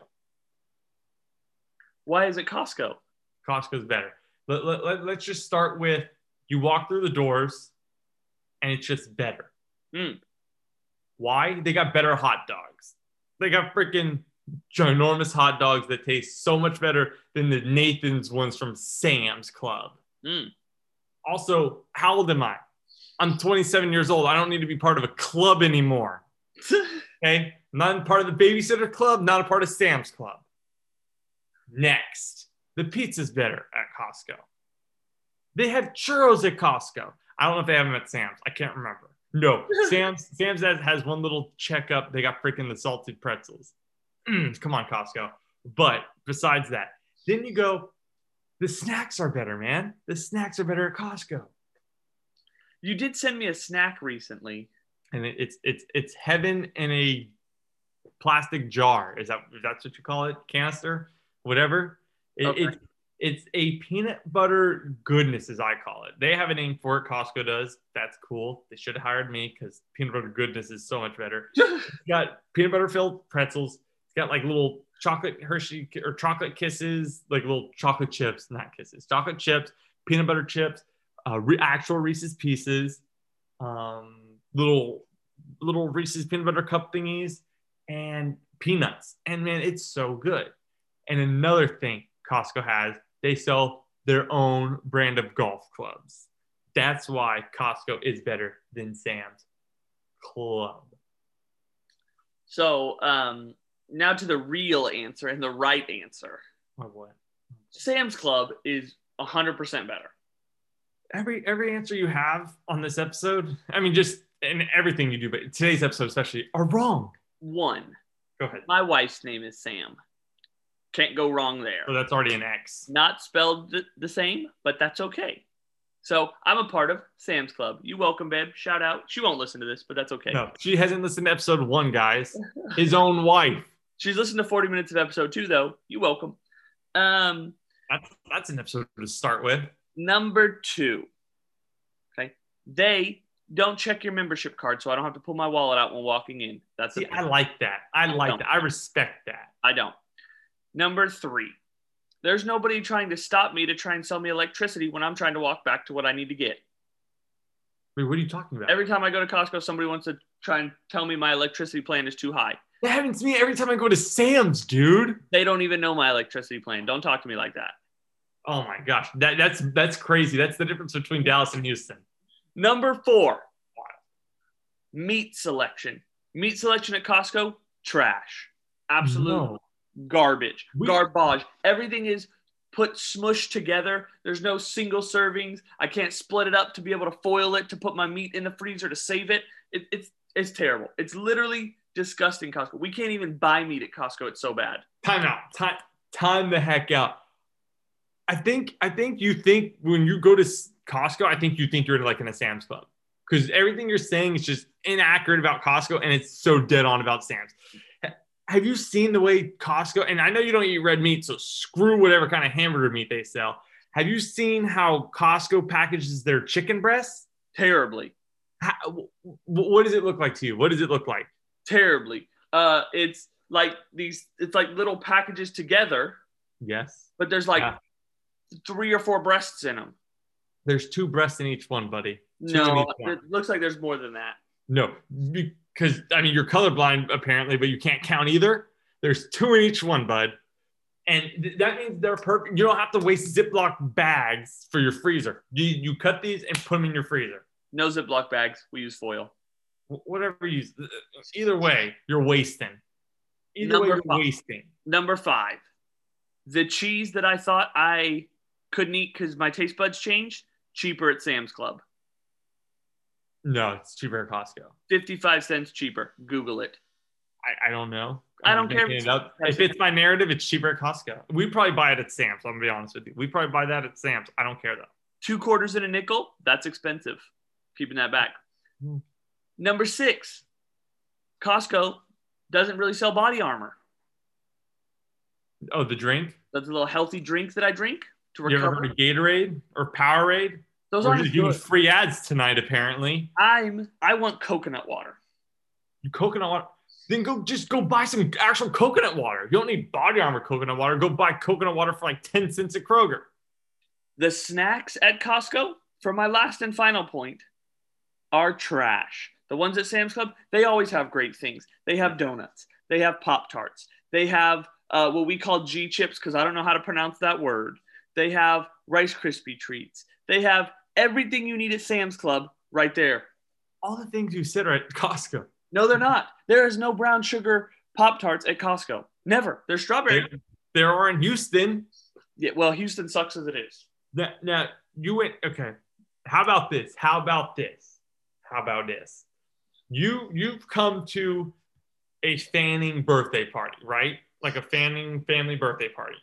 Speaker 2: Why is it Costco?
Speaker 1: Costco's better. Let, let, let, let's just start with you walk through the doors, and it's just better.
Speaker 2: Mm.
Speaker 1: Why? They got better hot dogs. They got freaking ginormous hot dogs that taste so much better than the Nathan's ones from Sam's Club.
Speaker 2: Mm.
Speaker 1: Also, how old am I? I'm 27 years old. I don't need to be part of a club anymore. Okay. I'm not part of the babysitter club, not a part of Sam's Club. Next, the pizza's better at Costco. They have churros at Costco. I don't know if they have them at Sam's. I can't remember. No, Sam's Sam's has, has one little checkup. They got freaking the salted pretzels. Mm, come on, Costco. But besides that, then you go, the snacks are better, man. The snacks are better at Costco.
Speaker 2: you did send me a snack recently.
Speaker 1: and it, it's it's it's heaven in a plastic jar. Is that if that's what you call it? Canister, whatever. It,
Speaker 2: Okay.
Speaker 1: it's it's a peanut butter goodness, as I call it. They have a name for it. Costco does. That's cool. They should have hired me because peanut butter goodness is so much better. It's got peanut butter filled pretzels. It's got like little chocolate Hershey or chocolate kisses, like little chocolate chips, not kisses, chocolate chips, peanut butter chips, uh, re- actual Reese's pieces, um, little little Reese's peanut butter cup thingies, and peanuts. And man, it's so good. And another thing Costco has, they sell their own brand of golf clubs. That's why Costco is better than Sam's Club.
Speaker 2: so um, now to the real answer and the right answer.
Speaker 1: Oh boy.
Speaker 2: Sam's Club is hundred percent better.
Speaker 1: every every answer you have on this episode i mean just in everything you do but today's episode especially are wrong
Speaker 2: One,
Speaker 1: go ahead
Speaker 2: my wife's name is Sam. Can't go wrong there.
Speaker 1: so Oh, that's already an x
Speaker 2: not spelled th- the same, but that's okay. So I'm a part of Sam's Club. You welcome, babe. Shout out. She won't listen to this, but that's okay.
Speaker 1: no she hasn't listened to episode one guys his own wife
Speaker 2: She's listened to 40 minutes of episode two, though. You welcome. Um,
Speaker 1: that's that's an episode to start with
Speaker 2: number two. Okay. They don't check your membership card, so I don't have to pull my wallet out when walking in. That's
Speaker 1: see
Speaker 2: it.
Speaker 1: i like that i like that i respect that
Speaker 2: I don't. Number three. There's nobody trying to stop me to try and sell me electricity when I'm trying to walk back to what I need to get.
Speaker 1: Wait, what are you talking about?
Speaker 2: Every time I go to Costco, somebody wants to try and tell me my electricity plan is too high.
Speaker 1: that happens to me every time I go to Sam's, dude.
Speaker 2: They don't even know my electricity plan. Don't talk to me like that.
Speaker 1: Oh my gosh, that, that's that's crazy. That's the difference between Dallas and Houston.
Speaker 2: Number four, meat selection. Meat selection at Costco, trash. Absolute
Speaker 1: No.
Speaker 2: garbage,
Speaker 1: We-
Speaker 2: garbage. Everything is put smushed together. There's no single servings. I can't split it up to be able to foil it to put my meat in the freezer to save it. it it's it's terrible. It's literally disgusting. Costco. We can't even buy meat at Costco. It's so bad.
Speaker 1: time out. Time, time the heck out. I think I think you think when you go to S- Costco, I think you think you're like in a Sam's Club because everything you're saying is just inaccurate about Costco and it's so dead on about Sam's. Ha- Have you seen the way Costco? And I know you don't eat red meat, so screw whatever kind of hamburger meat they sell. Have you seen how Costco packages their chicken breasts?
Speaker 2: Terribly,
Speaker 1: How, wh- wh- what does it look like to you? What does it look like?
Speaker 2: terribly. Uh, it's like these. It's like little packages together,
Speaker 1: Yes,
Speaker 2: but there's like
Speaker 1: Yeah.
Speaker 2: three or four breasts in them.
Speaker 1: there's two breasts in each one, buddy. Two in
Speaker 2: No,
Speaker 1: each one.
Speaker 2: it looks like there's more than that.
Speaker 1: No, because I mean you're colorblind apparently, but you can't count either. There's two in each one, bud, and th- that means they're perfect. You don't have to waste Ziploc bags for your freezer. You you cut these and put them in your freezer.
Speaker 2: No Ziploc bags. We use foil.
Speaker 1: Wh- Whatever you use. Either way, you're wasting. Either way,
Speaker 2: Number
Speaker 1: you're
Speaker 2: five.
Speaker 1: wasting.
Speaker 2: Number five, the cheese that I thought I couldn't eat because my taste buds changed, cheaper at Sam's Club.
Speaker 1: No, it's cheaper at Costco.
Speaker 2: 55 cents cheaper. Google it.
Speaker 1: I, I don't know.
Speaker 2: I
Speaker 1: I'm
Speaker 2: don't care if
Speaker 1: making
Speaker 2: it's
Speaker 1: it up.
Speaker 2: cheaper at
Speaker 1: If it's my narrative, it's cheaper at Costco. We probably buy it at Sam's. I'm gonna be honest with you. We probably buy that at Sam's. I don't care though.
Speaker 2: Two quarters and a nickel. That's expensive. Keeping that back.
Speaker 1: Hmm.
Speaker 2: Number six, Costco doesn't really sell body armor.
Speaker 1: Oh, the drink.
Speaker 2: That's a little healthy drink that I drink to
Speaker 1: You ever
Speaker 2: recover.
Speaker 1: heard of Gatorade or Powerade?
Speaker 2: Those
Speaker 1: We're
Speaker 2: aren't
Speaker 1: just
Speaker 2: as
Speaker 1: doing
Speaker 2: good.
Speaker 1: free ads tonight, apparently.
Speaker 2: I'm I want coconut water.
Speaker 1: Coconut water. Then go just go buy some actual coconut water. You don't need body armor coconut water. Go buy coconut water for like 10 cents at Kroger.
Speaker 2: the snacks at Costco, for my last and final point, are trash. The ones at Sam's Club, they always have great things. They have donuts, they have Pop Tarts, they have uh, what we call G chips because I don't know how to pronounce that word. They have Rice Krispie treats. They have everything you need at Sam's Club right there.
Speaker 1: All the things you said are at Costco.
Speaker 2: No, they're not. There is no brown sugar Pop Tarts at Costco. Never. They're strawberry.
Speaker 1: There, there are in Houston.
Speaker 2: Yeah, well, Houston sucks as it is.
Speaker 1: Now, now you went okay. How about this? How about this? How about this? You you've come to a Fanning birthday party, right? Like a Fanning family birthday party.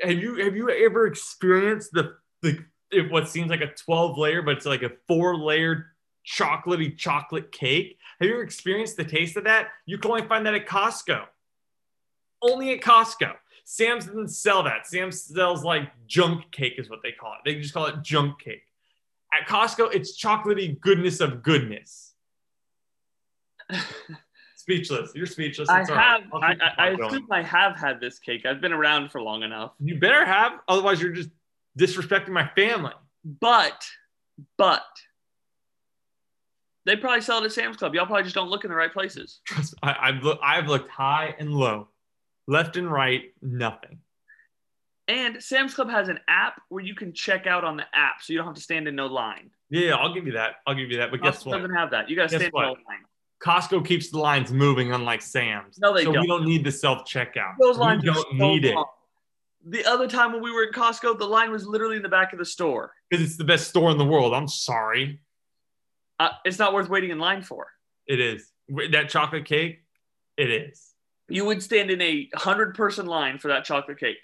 Speaker 1: Have you have you ever experienced the the it, what seems like a twelve layer, but it's like a four layered chocolatey chocolate cake? Have you ever experienced the taste of that? You can only find that at Costco. Only at Costco. Sam's doesn't sell that. Sam's sells like junk cake, is what they call it. They just call it junk cake. At Costco, it's chocolatey goodness of goodness. speechless. You're speechless.
Speaker 2: I
Speaker 1: It's all right.
Speaker 2: have.
Speaker 1: I'll
Speaker 2: I,
Speaker 1: keep
Speaker 2: I, I
Speaker 1: going.
Speaker 2: assume I have had this cake. I've been around for long enough.
Speaker 1: You better have, otherwise you're just disrespecting my family.
Speaker 2: But, but they probably sell it at Sam's Club. Y'all probably just don't look in the right places.
Speaker 1: Trust. I, I've look, I've looked high and low, left and right, nothing.
Speaker 2: And Sam's Club has an app where you can check out on the app, so you don't have to stand in no line.
Speaker 1: Yeah, I'll give you that. I'll give you that. But guess
Speaker 2: Costco
Speaker 1: what?
Speaker 2: Doesn't have that. You got to
Speaker 1: Guess
Speaker 2: stand
Speaker 1: what?
Speaker 2: in no line.
Speaker 1: Costco keeps the lines moving, unlike Sam's.
Speaker 2: No, they
Speaker 1: so
Speaker 2: don't.
Speaker 1: we don't need the self checkout.
Speaker 2: Those lines
Speaker 1: we
Speaker 2: are
Speaker 1: don't
Speaker 2: so
Speaker 1: need it.
Speaker 2: long. The other time when we were at Costco, the line was literally in the back of the store.
Speaker 1: because it's the best store in the world. I'm sorry,
Speaker 2: Uh, it's not worth waiting in line for.
Speaker 1: it is With that chocolate cake. It is.
Speaker 2: You would stand in a hundred-person line for that chocolate cake.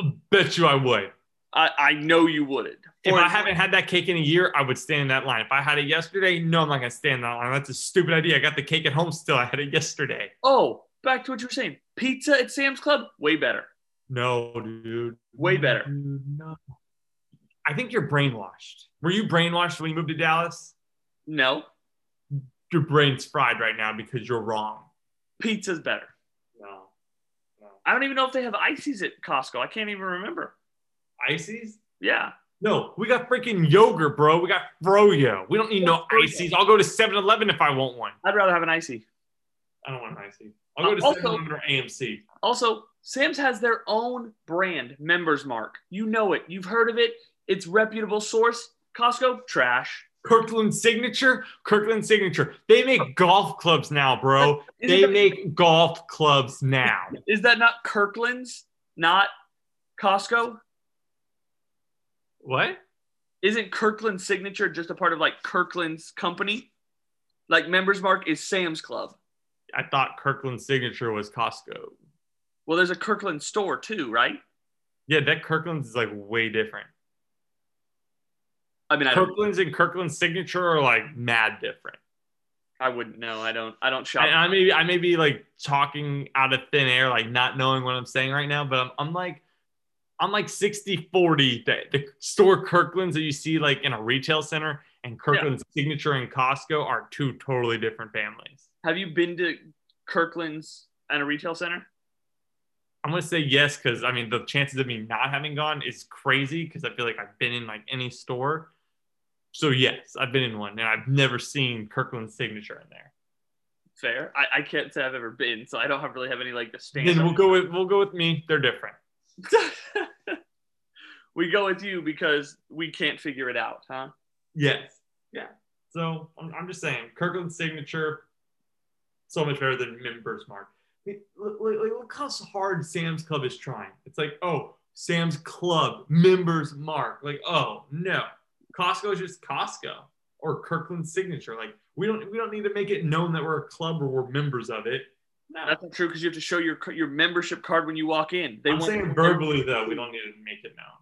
Speaker 1: I bet you I would.
Speaker 2: I, I know you wouldn't.
Speaker 1: If
Speaker 2: Or-
Speaker 1: I haven't had that cake in a year, I would stand in that line. If I had it yesterday, no, I'm not gonna stand in that line. That's a stupid idea. I got the cake at home still. I had it yesterday.
Speaker 2: Oh, back to what you were saying. Pizza at Sam's Club, way better.
Speaker 1: No, dude.
Speaker 2: Way better.
Speaker 1: Dude, no. I think you're brainwashed. Were you brainwashed when you moved to Dallas?
Speaker 2: No,
Speaker 1: Your brain's fried right now because you're wrong.
Speaker 2: pizza's better.
Speaker 1: No, no.
Speaker 2: I don't even know if they have ices at Costco. I can't even remember.
Speaker 1: Ices?
Speaker 2: Yeah.
Speaker 1: No, we got freaking yogurt, bro. We got froyo. We don't need no
Speaker 2: Froyo.
Speaker 1: ices. I'll go to 7 Eleven if I want one.
Speaker 2: I'd rather have an icy.
Speaker 1: I don't want an icy. I'll go to
Speaker 2: Also-
Speaker 1: 7 Eleven or AMC.
Speaker 2: Also, Sam's has their own brand, Members Mark. You know it. You've heard of it. It's reputable source. Costco, trash.
Speaker 1: Kirkland Signature? Kirkland Signature. They make golf clubs now, bro.
Speaker 2: Isn't
Speaker 1: They
Speaker 2: that-
Speaker 1: make golf clubs now.
Speaker 2: Is that not Kirkland's? Not Costco?
Speaker 1: What?
Speaker 2: Isn't Kirkland's signature just a part of like Kirkland's company? Like Members Mark is Sam's Club.
Speaker 1: I thought Kirkland Signature was Costco.
Speaker 2: Well, there's a Kirkland store too, right?
Speaker 1: Yeah, that Kirkland's is like way different.
Speaker 2: I mean, I, don't,
Speaker 1: Kirkland's and Kirkland Signature are like mad different.
Speaker 2: I wouldn't know. I don't. I don't shop.
Speaker 1: And I uh, may I may be like talking out of thin air, like not knowing what I'm saying right now, but I'm, I'm like I'm like 60 40 the, the store Kirkland's that you see like in a retail center and Kirkland's signature and Costco are two totally different families.
Speaker 2: Have you been to Kirkland's at a retail center?
Speaker 1: I'm gonna say yes because I mean the chances of me not having gone is crazy because I feel like I've been in like any store. So yes, I've been in one and I've never seen Kirkland's signature in there.
Speaker 2: Fair. I, I can't say I've ever been, so I don't have, really have any like the stand.
Speaker 1: Then we'll go with we'll go with me. They're different.
Speaker 2: we go with you because we can't figure it out, huh?
Speaker 1: Yes. Yeah. So I'm, I'm just saying, Kirkland's signature, so much better than Members Mark. I mean, Look, look, look look how hard Sam's Club is trying. It's like, oh, Sam's Club, Members Mark. Like, oh no, Costco is just Costco or Kirkland's signature. Like, we don't we don't need to make it known that we're a club or we're members of it. No,
Speaker 2: That's not true because you have to show your your membership card when you walk in. They
Speaker 1: I'm
Speaker 2: want
Speaker 1: saying verbally though, we don't need to make it known.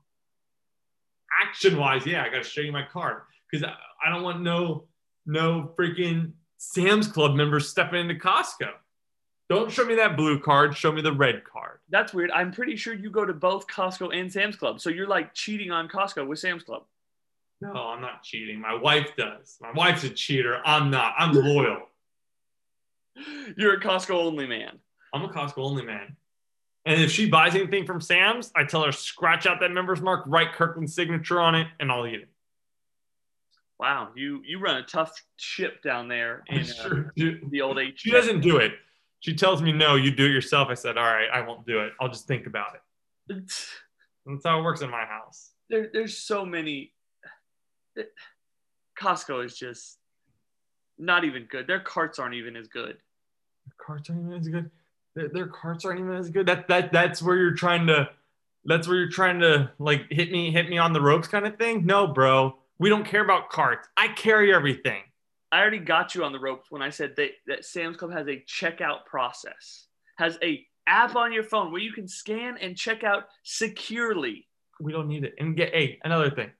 Speaker 1: Action wise, yeah, I got to show you my card because I, I don't want no no freaking Sam's Club members stepping into Costco. Don't show me that blue card. Show me the red card.
Speaker 2: That's weird. I'm pretty sure you go to both Costco and Sam's Club, so you're like cheating on Costco with Sam's Club.
Speaker 1: No, I'm not cheating. My wife does. My wife's a cheater. I'm not. I'm loyal.
Speaker 2: You're a Costco only man.
Speaker 1: I'm a Costco only man. And if she buys anything from Sam's, I tell her scratch out that members mark, write Kirkland's signature on it, and I'll eat it.
Speaker 2: Wow, you you run a tough ship down there in
Speaker 1: And
Speaker 2: uh,
Speaker 1: sure, do.
Speaker 2: the old age.
Speaker 1: She doesn't do it. She tells me, no, you do it yourself. I said, all right, I won't do it. I'll just think about it. That's how it works in my house.
Speaker 2: There, there's so many. Costco is just not even good. Their carts aren't even as good.
Speaker 1: Their carts aren't even as good. Their, their carts aren't even as good. That that that's where you're trying to that's where you're trying to like hit me, hit me on the ropes kind of thing. No, bro. We don't care about carts. I carry everything.
Speaker 2: I already got you on the ropes when I said that, that Sam's Club has a checkout process, has a app on your phone where you can scan and check out securely.
Speaker 1: We don't need it. And get hey, another thing.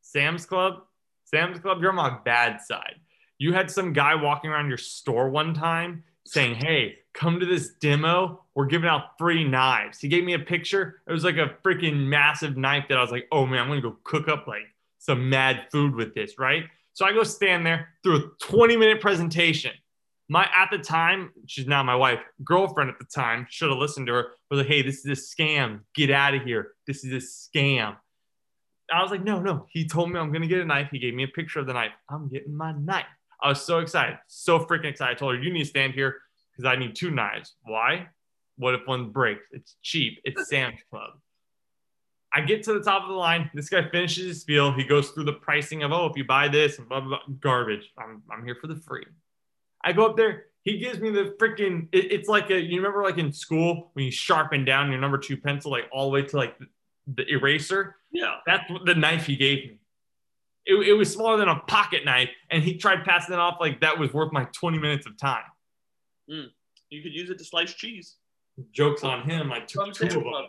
Speaker 1: Sam's Club, Sam's Club, you're on my bad side. You had some guy walking around your store one time saying, Hey, come to this demo. We're giving out free knives. He gave me a picture. It was like a freaking massive knife that I was like, Oh man, I'm gonna go cook up like some mad food with this, right? So I go stand there through a 20 minute presentation. My at the time, she's now my wife, girlfriend at the time, should have listened to her, was like, Hey, this is a scam. Get out of here. This is a scam. I was like, no, no. He told me I'm gonna get a knife. He gave me a picture of the knife. I'm getting my knife. I was so excited, so freaking excited. I told her, you need to stand here because I need two knives. Why? What if one breaks? It's cheap. It's Sam's Club. I get to the top of the line. This guy finishes his spiel. He goes through the pricing of, oh, if you buy this and blah, blah, blah. Garbage. I'm, I'm here for the free. I go up there. He gives me the freaking, it- it's like a, you remember like in school when you sharpen down your number two pencil, like all the way to like the, the eraser?
Speaker 2: Yeah.
Speaker 1: That's what the knife he gave me. It, it was smaller than a pocket knife, and he tried passing it off like that was worth my 20 minutes of time.
Speaker 2: You could use it to slice cheese.
Speaker 1: Jokes on him. I took
Speaker 2: From
Speaker 1: two of
Speaker 2: Sam's
Speaker 1: them,
Speaker 2: Club.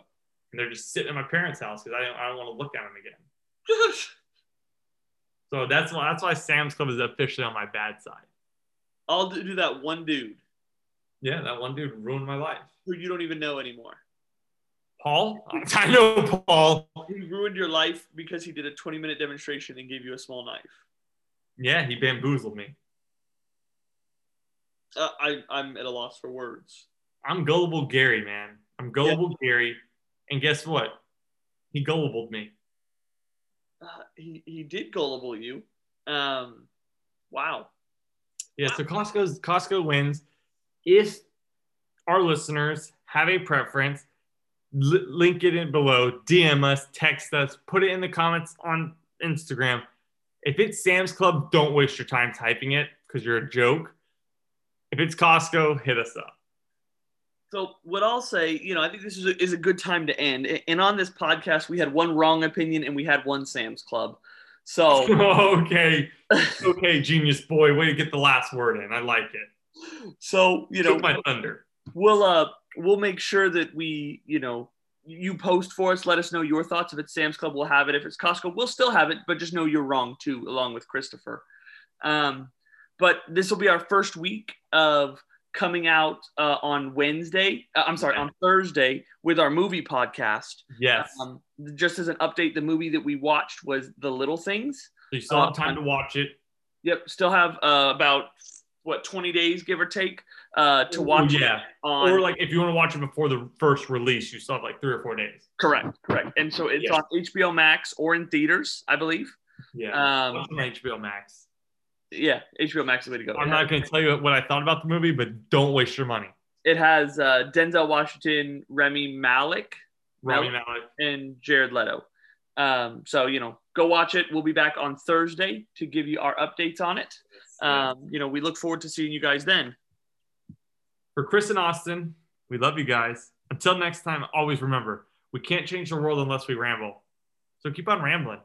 Speaker 1: and they're just sitting at my parents' house because I don't, I don't want to look at them again. So that's why that's why Sam's Club is officially on my bad side.
Speaker 2: I'll do that one dude
Speaker 1: Yeah, that one dude ruined my life.
Speaker 2: who you don't even know anymore.
Speaker 1: Paul, I know Paul.
Speaker 2: He ruined your life because he did a 20 minute demonstration and gave you a small knife.
Speaker 1: Yeah, he bamboozled me.
Speaker 2: Uh, I, I'm at a loss for words.
Speaker 1: I'm gullible Gary, man. I'm gullible Gary, and guess what? He gullibled me.
Speaker 2: Uh, he, he did gullible you. Um, wow.
Speaker 1: Yeah, so Costco's Costco wins. If our listeners have a preference, li- link it in below, DM us, text us, put it in the comments on Instagram. If it's Sam's Club, don't waste your time typing it because you're a joke. If it's Costco, hit us up.
Speaker 2: So what I'll say, you know, I think this is a, is a good time to end. A- And on this podcast, we had one wrong opinion and we had one Sam's Club. So
Speaker 1: okay, okay, genius boy, way to get the last word in. I like it.
Speaker 2: so you know
Speaker 1: Took my thunder.
Speaker 2: we'll uh we'll make sure that we you know you post for us. Let us know your thoughts. If it's Sam's Club, we'll have it. If it's Costco, we'll still have it. But just know you're wrong too, along with Christopher. Um, but this will be our first week of coming out uh, on Wednesday. Uh, I'm sorry, on Thursday with our movie podcast.
Speaker 1: Yes, so
Speaker 2: Um, just as an update, the movie that we watched was The Little Things.
Speaker 1: you still have time to watch it.
Speaker 2: Yep, still have uh, about what 20 days, give or take, uh, to watch it
Speaker 1: Yeah,
Speaker 2: on.
Speaker 1: or like if you want to watch it before the first release, you still have like three or four days.
Speaker 2: correct, correct. And so it's
Speaker 1: Yes.
Speaker 2: on HBO Max or in theaters, I believe.
Speaker 1: Yeah,
Speaker 2: Um,
Speaker 1: Watch it on HBO Max.
Speaker 2: yeah, HBO Max is the way to go.
Speaker 1: I'm not going to tell you what I thought about the movie, but don't waste your money.
Speaker 2: It has uh, Denzel Washington, Remy Malik,
Speaker 1: Rami
Speaker 2: Nope.
Speaker 1: Malek.
Speaker 2: and Jared Leto. Um, so you know, go watch it. We'll be back on Thursday to give you our updates on it. Um, you know, we look forward to seeing you guys then.
Speaker 1: For Chris and Austin, we love you guys. Until next time, always remember we can't change the world unless we ramble. So keep on rambling.